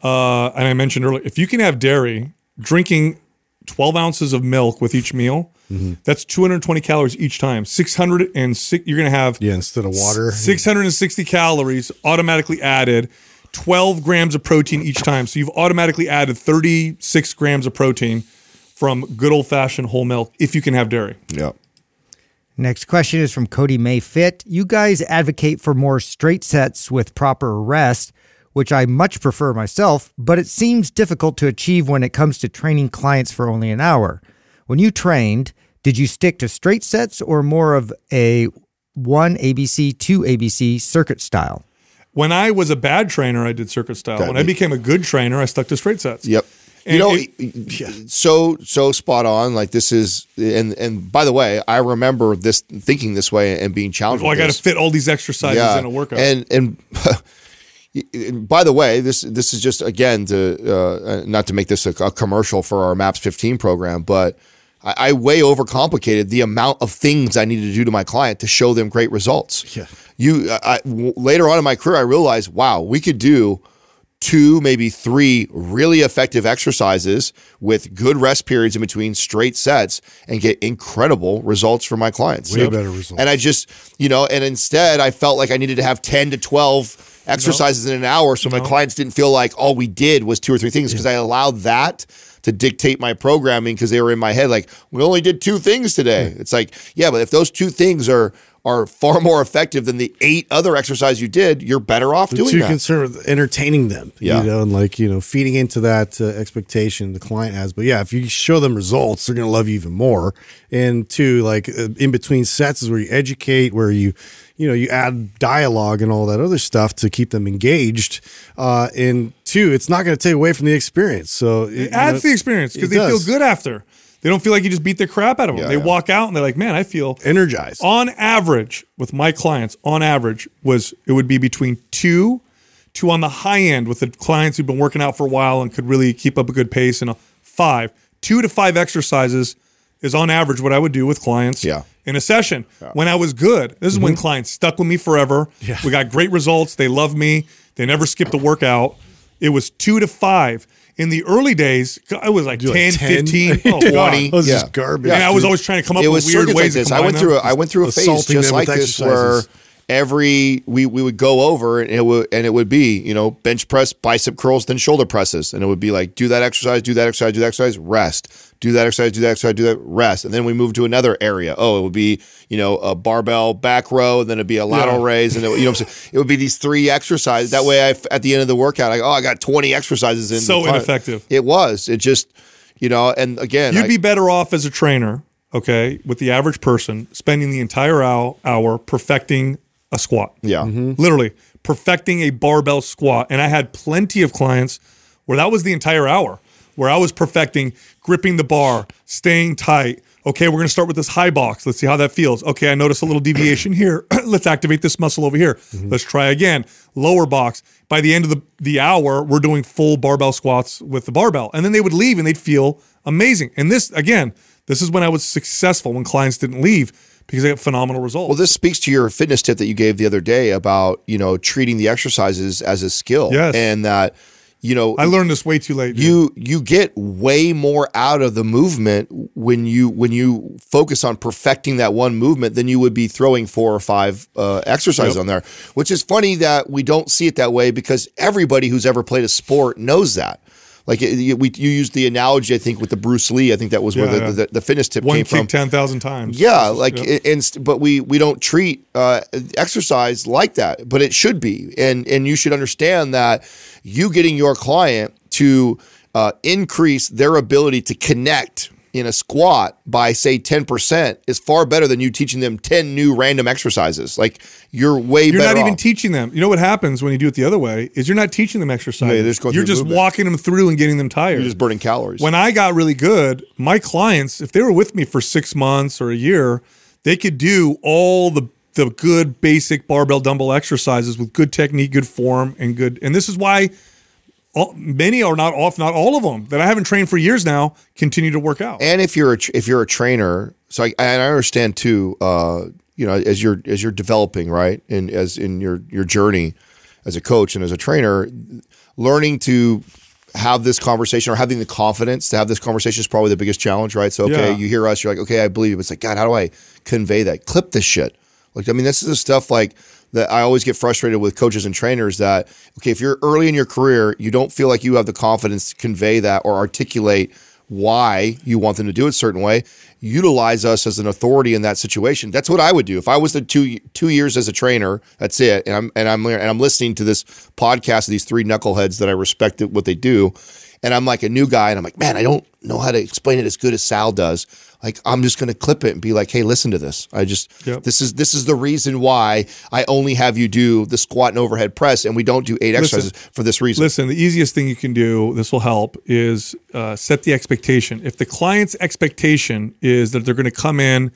S2: Uh, and I mentioned earlier, if you can have dairy, drinking 12 ounces of milk with each meal,
S3: Mm-hmm.
S2: that's 220 calories each time. 606. You're gonna have
S4: Yeah, instead of water.
S2: 660 calories automatically added, 12 grams of protein each time. So you've automatically added 36 grams of protein from good old fashioned whole milk if you can have dairy.
S3: Yeah.
S6: Next question is from Cody Mayfit. You guys advocate for more straight sets with proper rest, which I much prefer myself, but it seems difficult to achieve when it comes to training clients for only an hour. When you trained, did you stick to straight sets or more of a one ABC, two ABC circuit style?
S2: When I was a bad trainer, I did circuit style.
S3: Got
S2: when
S3: me.
S2: I became a good trainer, I stuck to straight sets.
S3: Yep.
S2: And
S3: you know,
S2: it-
S3: so so spot on. Like this is, and and by the way, I remember this thinking this way and being challenged.
S2: Well, I
S3: with
S2: got to
S3: this.
S2: fit all these exercises in a workout.
S3: And and (laughs) and by the way, this this is just again to uh, not to make this a, a commercial for our Maps 15 program, but I, I way overcomplicated the amount of things I needed to do to my client to show them great results. Yeah. You I, I- w- later on in my career, I realized, wow, we could do two, maybe three really effective exercises with good rest periods in between straight sets and get incredible results for my clients.
S4: Way better results.
S3: And I just, you know, and instead I felt like I needed to have 10 to 12 exercises in an hour so my clients didn't feel like all we did was two or three things because I allowed that to dictate my programming because they were in my head like we only did two things today. It's like, yeah, but if those two things are are far more effective than the eight other exercises you did, you're better off
S4: too
S3: doing that.
S4: concerned with entertaining them,
S3: Yeah.
S4: you know, and like you know, feeding into that uh, expectation the client has. But yeah, if you show them results, they're going to love you even more. And two, like uh, in between sets is where you educate, where you, you know, you add dialogue and all that other stuff to keep them engaged. Uh, and two, it's not going to take away from the experience. So it,
S2: It adds to the experience because they feel good after. They don't feel like you just beat the crap out of them.
S3: Yeah,
S2: they
S3: yeah.
S2: walk out and they're like, man, I feel
S4: energized.
S2: on average with my clients, on average was it would be between two, two on the high end with the clients who've been working out for a while and could really keep up a good pace and a five, two to five exercises is on average what I would do with clients
S3: Yeah. Mm-hmm.
S2: in a session when I was good. This is when clients stuck with me forever. Yeah. We got great results. They love me. They never skipped a workout. It was two to five. In the early days, I was like 10,
S4: like 10?
S2: 15,
S3: (laughs)
S2: oh, God.
S3: 20.
S4: That was
S3: Yeah.
S4: just garbage.
S2: And I was
S4: dude.
S2: always trying to come up
S3: it
S2: with
S3: was
S2: weird
S3: circuits
S2: ways
S3: like
S2: to
S3: this. I
S2: combine
S3: went
S2: them.
S3: through a, I went through a phase
S4: Assaulting
S3: just
S4: them
S3: like
S4: with
S3: this where
S4: exercises.
S3: every we we would go over and it would and it would be you know bench press, bicep curls, then shoulder presses, and it would be like do that exercise, do that exercise, do that exercise, rest, do that exercise, do that exercise, do that rest, and then we move to another area. Oh, it would be you know a barbell back row, and then it'd be a lateral raise, and it, you know what I'm saying? it would be these three exercises. That way, I, at the end of the workout, I go, oh, I got 20 exercises in.
S2: So
S3: the time."
S2: ineffective.
S3: It was. It just. You know, and again,
S2: You'd
S3: I-
S2: be better off as a trainer, okay, with the average person spending the entire hour, hour perfecting a squat.
S3: yeah,
S2: Literally, perfecting a barbell squat. And I had plenty of clients where that was the entire hour, where I was perfecting gripping the bar, staying tight. Okay, we're going to start with this high box. Let's see how that feels. Okay, I notice a little deviation here. (clears throat) Let's activate this muscle over here.
S3: Mm-hmm.
S2: Let's try again. Lower box. By the end of the, the hour, we're doing full barbell squats with the barbell. And then they would leave and they'd feel amazing. And this, again, this is when I was successful when clients didn't leave because I got phenomenal results.
S3: Well, this speaks to your fitness tip that you gave the other day about you know treating the exercises as a skill,
S2: Yes.
S3: and that you know,
S2: I learned this way too late. dude.
S3: you you get way more out of the movement when you when you focus on perfecting that one movement than you would be throwing four or five uh, exercises on there. Which is funny that we don't see it that way because everybody who's ever played a sport knows that. Like it, you, we, you used the analogy, I think, with the Bruce Lee. I think that was where
S2: Yeah,
S3: the,
S2: yeah.
S3: The, the fitness tip
S2: one
S3: came
S2: kick
S3: from.
S2: ten thousand times.
S3: Yeah, like i- and st- but we we don't treat uh, exercise like that, but it should be, and and you should understand that you getting your client to uh, increase their ability to connect in a squat by say ten percent is far better than you teaching them ten new random exercises. Like you're way
S2: You're
S3: better.
S2: not even
S3: off.
S2: teaching them. You know what happens when you do it the other way is you're not teaching them exercise.
S3: they're just going
S2: you're
S3: through
S2: just
S3: movement.
S2: walking them through and getting them tired.
S3: You're just burning calories.
S2: when I got really good, my clients, if they were with me for six months or a year, they could do all the the good basic barbell dumbbell exercises with good technique, good form, and good. And this is why all, many are not off, not all of them that I haven't trained for years now continue to work out.
S3: and if you're a, tr- if you're a trainer, so I, and I understand too. Uh, you know, as you're as you're developing, right, and as in your your journey as a coach and as a trainer, learning to have this conversation or having the confidence to have this conversation is probably the biggest challenge, right? So okay,
S2: Yeah.
S3: you hear us, you're like, okay, I believe you. But it's like, God, how do I convey that? Clip this shit. Like, I mean, this is the stuff like that I always get frustrated with coaches and trainers that, okay, if you're early in your career, you don't feel like you have the confidence to convey that or articulate why you want them to do it a certain way. Utilize us as an authority in that situation. That's what I would do. If I was the two two years as a trainer, that's it. And I'm and I'm and I'm listening to this podcast of these three knuckleheads that I respect what they do and I'm like a new guy, and I'm like, man, I don't know how to explain it as good as Sal does. Like, I'm just going to clip it and be like, hey, listen to this. I just
S2: Yep.
S3: this is this is the reason why I only have you do the squat and overhead press, and we don't do eight
S2: Listen.
S3: exercises for this reason.
S2: Listen, the easiest thing you can do, this will help, is uh, set the expectation. If the client's expectation is that they're going to come in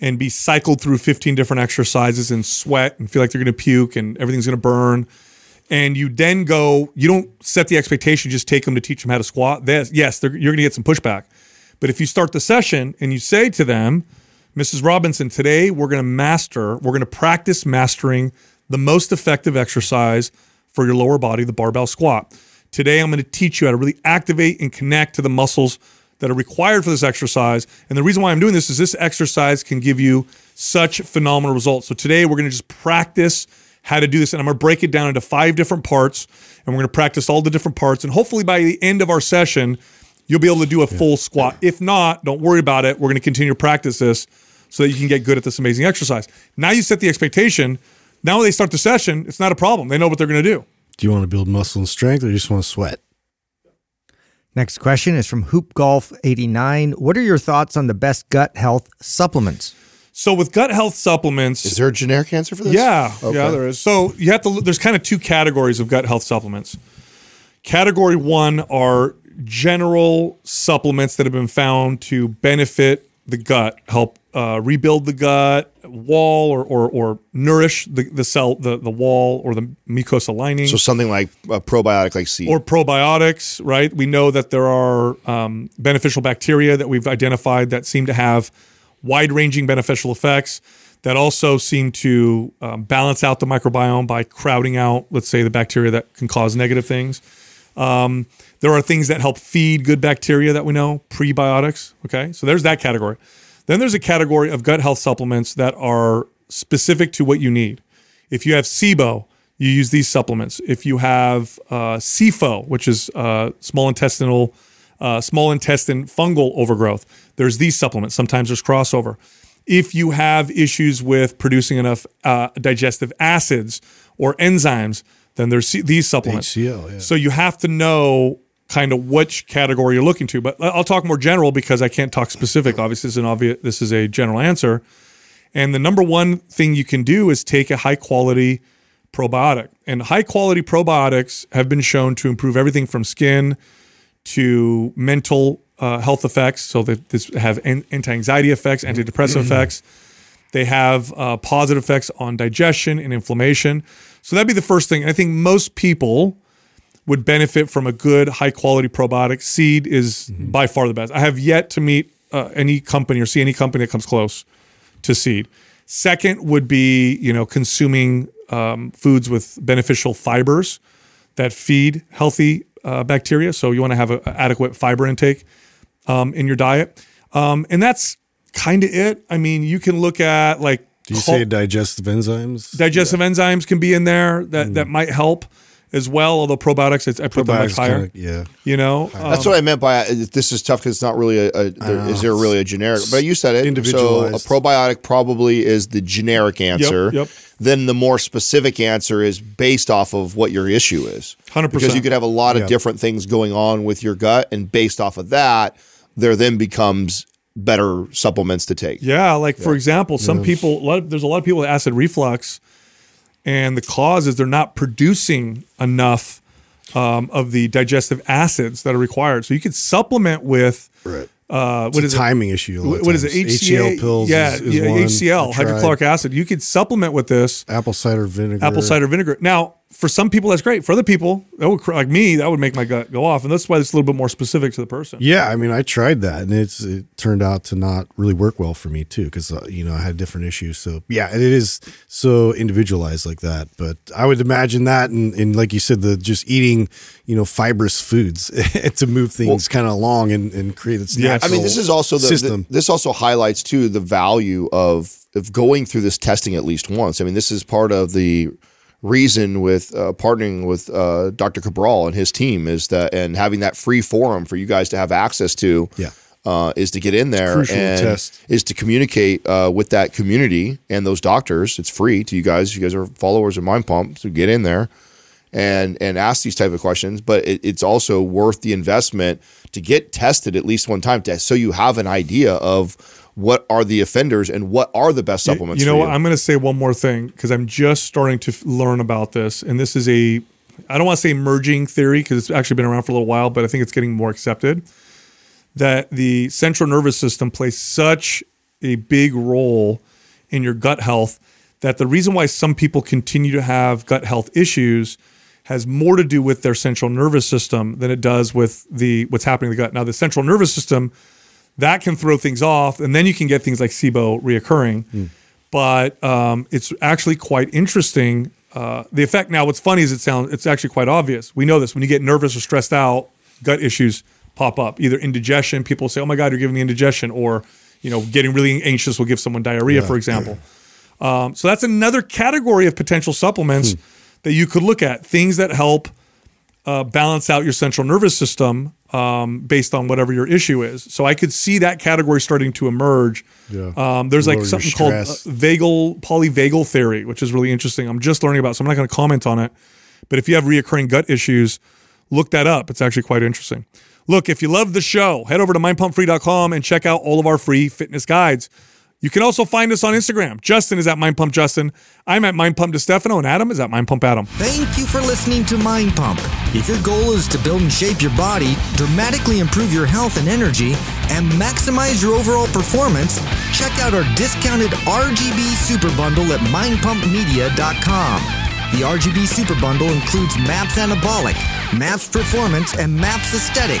S2: and be cycled through 15 different exercises and sweat and feel like they're going to puke and everything's going to burn, and you then go, you don't set the expectation, you just take them to teach them how to squat. This, yes, they're, you're going to get some pushback. But if you start the session and you say to them, Mrs. Robinson, today we're going to master, we're going to practice mastering the most effective exercise for your lower body, the barbell squat. Today I'm going to teach you how to really activate and connect to the muscles that are required for this exercise. And the reason why I'm doing this is this exercise can give you such phenomenal results. So today we're going to just practice how to do this. And I'm going to break it down into five different parts. And we're going to practice all the different parts. And hopefully by the end of our session, you'll be able to do a full squat. If not, don't worry about it. We're going to continue to practice this so that you can get good at this amazing exercise. Now you set the expectation. Now when they start the session, it's not a problem. They know what they're going to do.
S4: Do you want to build muscle and strength, or you just want to sweat?
S6: Next question is from Hoop Golf 89. What are your thoughts on the best gut health supplements?
S2: So with gut health supplements,
S3: Is there a generic answer for this?
S2: Yeah, yeah,
S3: Okay.
S2: there is. So you have to. There's kind of two categories of gut health supplements. Category one are general supplements that have been found to benefit the gut, help uh, rebuild the gut wall, or or, or nourish the, the cell, the, the wall, or the mucosa lining
S3: So something like a probiotic, like C.
S2: or probiotics, right? We know that there are um, beneficial bacteria that we've identified that seem to have wide ranging beneficial effects that also seem to um, balance out the microbiome by crowding out, let's say, the bacteria that can cause negative things. Um, there are things that help feed good bacteria that we know, prebiotics. Okay, so there's that category. Then there's a category of gut health supplements that are specific to what you need. If you have SIBO, you use these supplements. If you have uh, CIFO, which is uh, small intestinal, uh, small intestine fungal overgrowth, there's these supplements. Sometimes there's crossover. If you have issues with producing enough uh, digestive acids or enzymes, then there's these supplements.
S4: HCl, yeah.
S2: So you have to know kind of which category you're looking to. But I'll talk more general because I can't talk specific. Obviously, this is an obvious. This is a general answer. And the number one thing you can do is take a high quality probiotic. And high quality probiotics have been shown to improve everything from skin to mental uh, health effects. So they this have anti anxiety effects, antidepressant effects. They have uh, positive effects on digestion and inflammation. So that'd be the first thing. And I think most people would benefit from a good, high quality probiotic. Seed is
S4: Mm-hmm.
S2: by far the best. I have yet to meet uh, any company or see any company that comes close to seed. Second would be you know consuming um, foods with beneficial fibers that feed healthy uh, bacteria. So you want to have an adequate fiber intake um, in your diet. Um, and that's kind of it. I mean, you can look at like
S4: Do you
S2: cul-
S4: say digestive enzymes?
S2: digestive enzymes can be in there that,
S4: Mm.
S2: that might help as well. Although probiotics, it's, I put them much
S4: Probiotics
S2: higher.
S4: kinda- yeah.
S2: you know, Um,
S3: That's what I meant by uh, this is tough because it's not really a, a there, is there really a generic? But you said it. So a
S4: Individualized.
S3: probiotic probably is the generic answer.
S2: yep.
S3: Then the more specific answer is based off of what your issue is.
S2: 100%.
S3: Because you could have a lot of different things going on with your gut, and based off of that, there then becomes better supplements to take.
S2: Yeah, like for example, some people a lot of- there's a lot of people with acid reflux, and the cause is they're not producing enough um, of the digestive acids that are required. So you could supplement with
S4: Right.
S2: uh, what is
S4: It's a
S2: it?
S4: timing issue. a lot
S2: What
S4: of
S2: what is it?
S4: times.
S2: HCA
S4: HCL pills.
S2: Yeah,
S4: is, is
S2: yeah,
S4: one
S2: HCL
S4: I tried.
S2: hydrochloric acid. You could supplement with this
S4: Apple cider vinegar.
S2: apple cider vinegar. Now, for some people, that's great. For other people, that would cr- like me, that would make my gut go off, and that's why it's a little bit more specific to the person.
S4: Yeah, I mean, I tried that, and it's it turned out to not really work well for me too, because uh, you know I had different issues. So yeah, and it is so individualized like that. But I would imagine that, and, and like you said, the just eating you know fibrous foods (laughs) to move things kind of along and, and create this.
S2: Yeah, I
S4: natural
S3: I mean, this is also the,
S4: system.
S3: the- this also highlights too the value of of going through this testing at least once. I mean, this is part of the reason with uh, partnering with uh, Dr. Cabral and his team is that and having that free forum for you guys to have access to.
S4: Yeah.
S3: Uh, is to get in there
S4: Crucial
S3: and
S4: test.
S3: is to communicate uh, with that community and those doctors. It's free to you guys. You guys are followers of Mind Pump, so get in there and and ask these type of questions. But it, it's also worth the investment to get tested at least one time, to, so you have an idea of what are the offenders and what are the best supplements.
S2: You know
S3: for
S2: what? I'm going to say one more thing because I'm just starting to f- learn about this, and this is a I don't want to say emerging theory because it's actually been around for a little while, but I think it's getting more accepted that the central nervous system plays such a big role in your gut health that the reason why some people continue to have gut health issues has more to do with their central nervous system than it does with the what's happening in the gut. Now, the central nervous system that can throw things off, and then you can get things like SIBO reoccurring. But um, it's actually quite interesting. Uh, the effect now, what's funny is it sounds it's actually quite obvious. We know this when you get nervous or stressed out, gut issues pop up. Either indigestion, people say, "Oh my god, you're giving me indigestion," or you know, getting really anxious will give someone diarrhea, for example. Um, so that's another category of potential supplements that you could look at. Things that help uh, balance out your central nervous system um, based on whatever your issue is. So I could see that category starting to emerge.
S4: Yeah.
S2: Um, there's like
S4: Lower your
S2: something called uh,
S4: stress.
S2: vagal polyvagal theory, which is really interesting. I'm just learning about, so I'm not going to comment on it. But if you have reoccurring gut issues, look that up. It's actually quite interesting. Look, if you love the show, head over to mindpumpfree.com and check out all of our free fitness guides. You can also find us on Instagram. Justin is at mindpumpjustin. I'm at mindpumpdestefano, and Adam is at mindpumpadam.
S6: Thank you for listening to Mind Pump. If your goal is to build and shape your body, dramatically improve your health and energy, and maximize your overall performance, check out our discounted RGB Super Bundle at mindpumpmedia.com. The RGB Super Bundle includes MAPS Anabolic, MAPS Performance, and MAPS Aesthetic.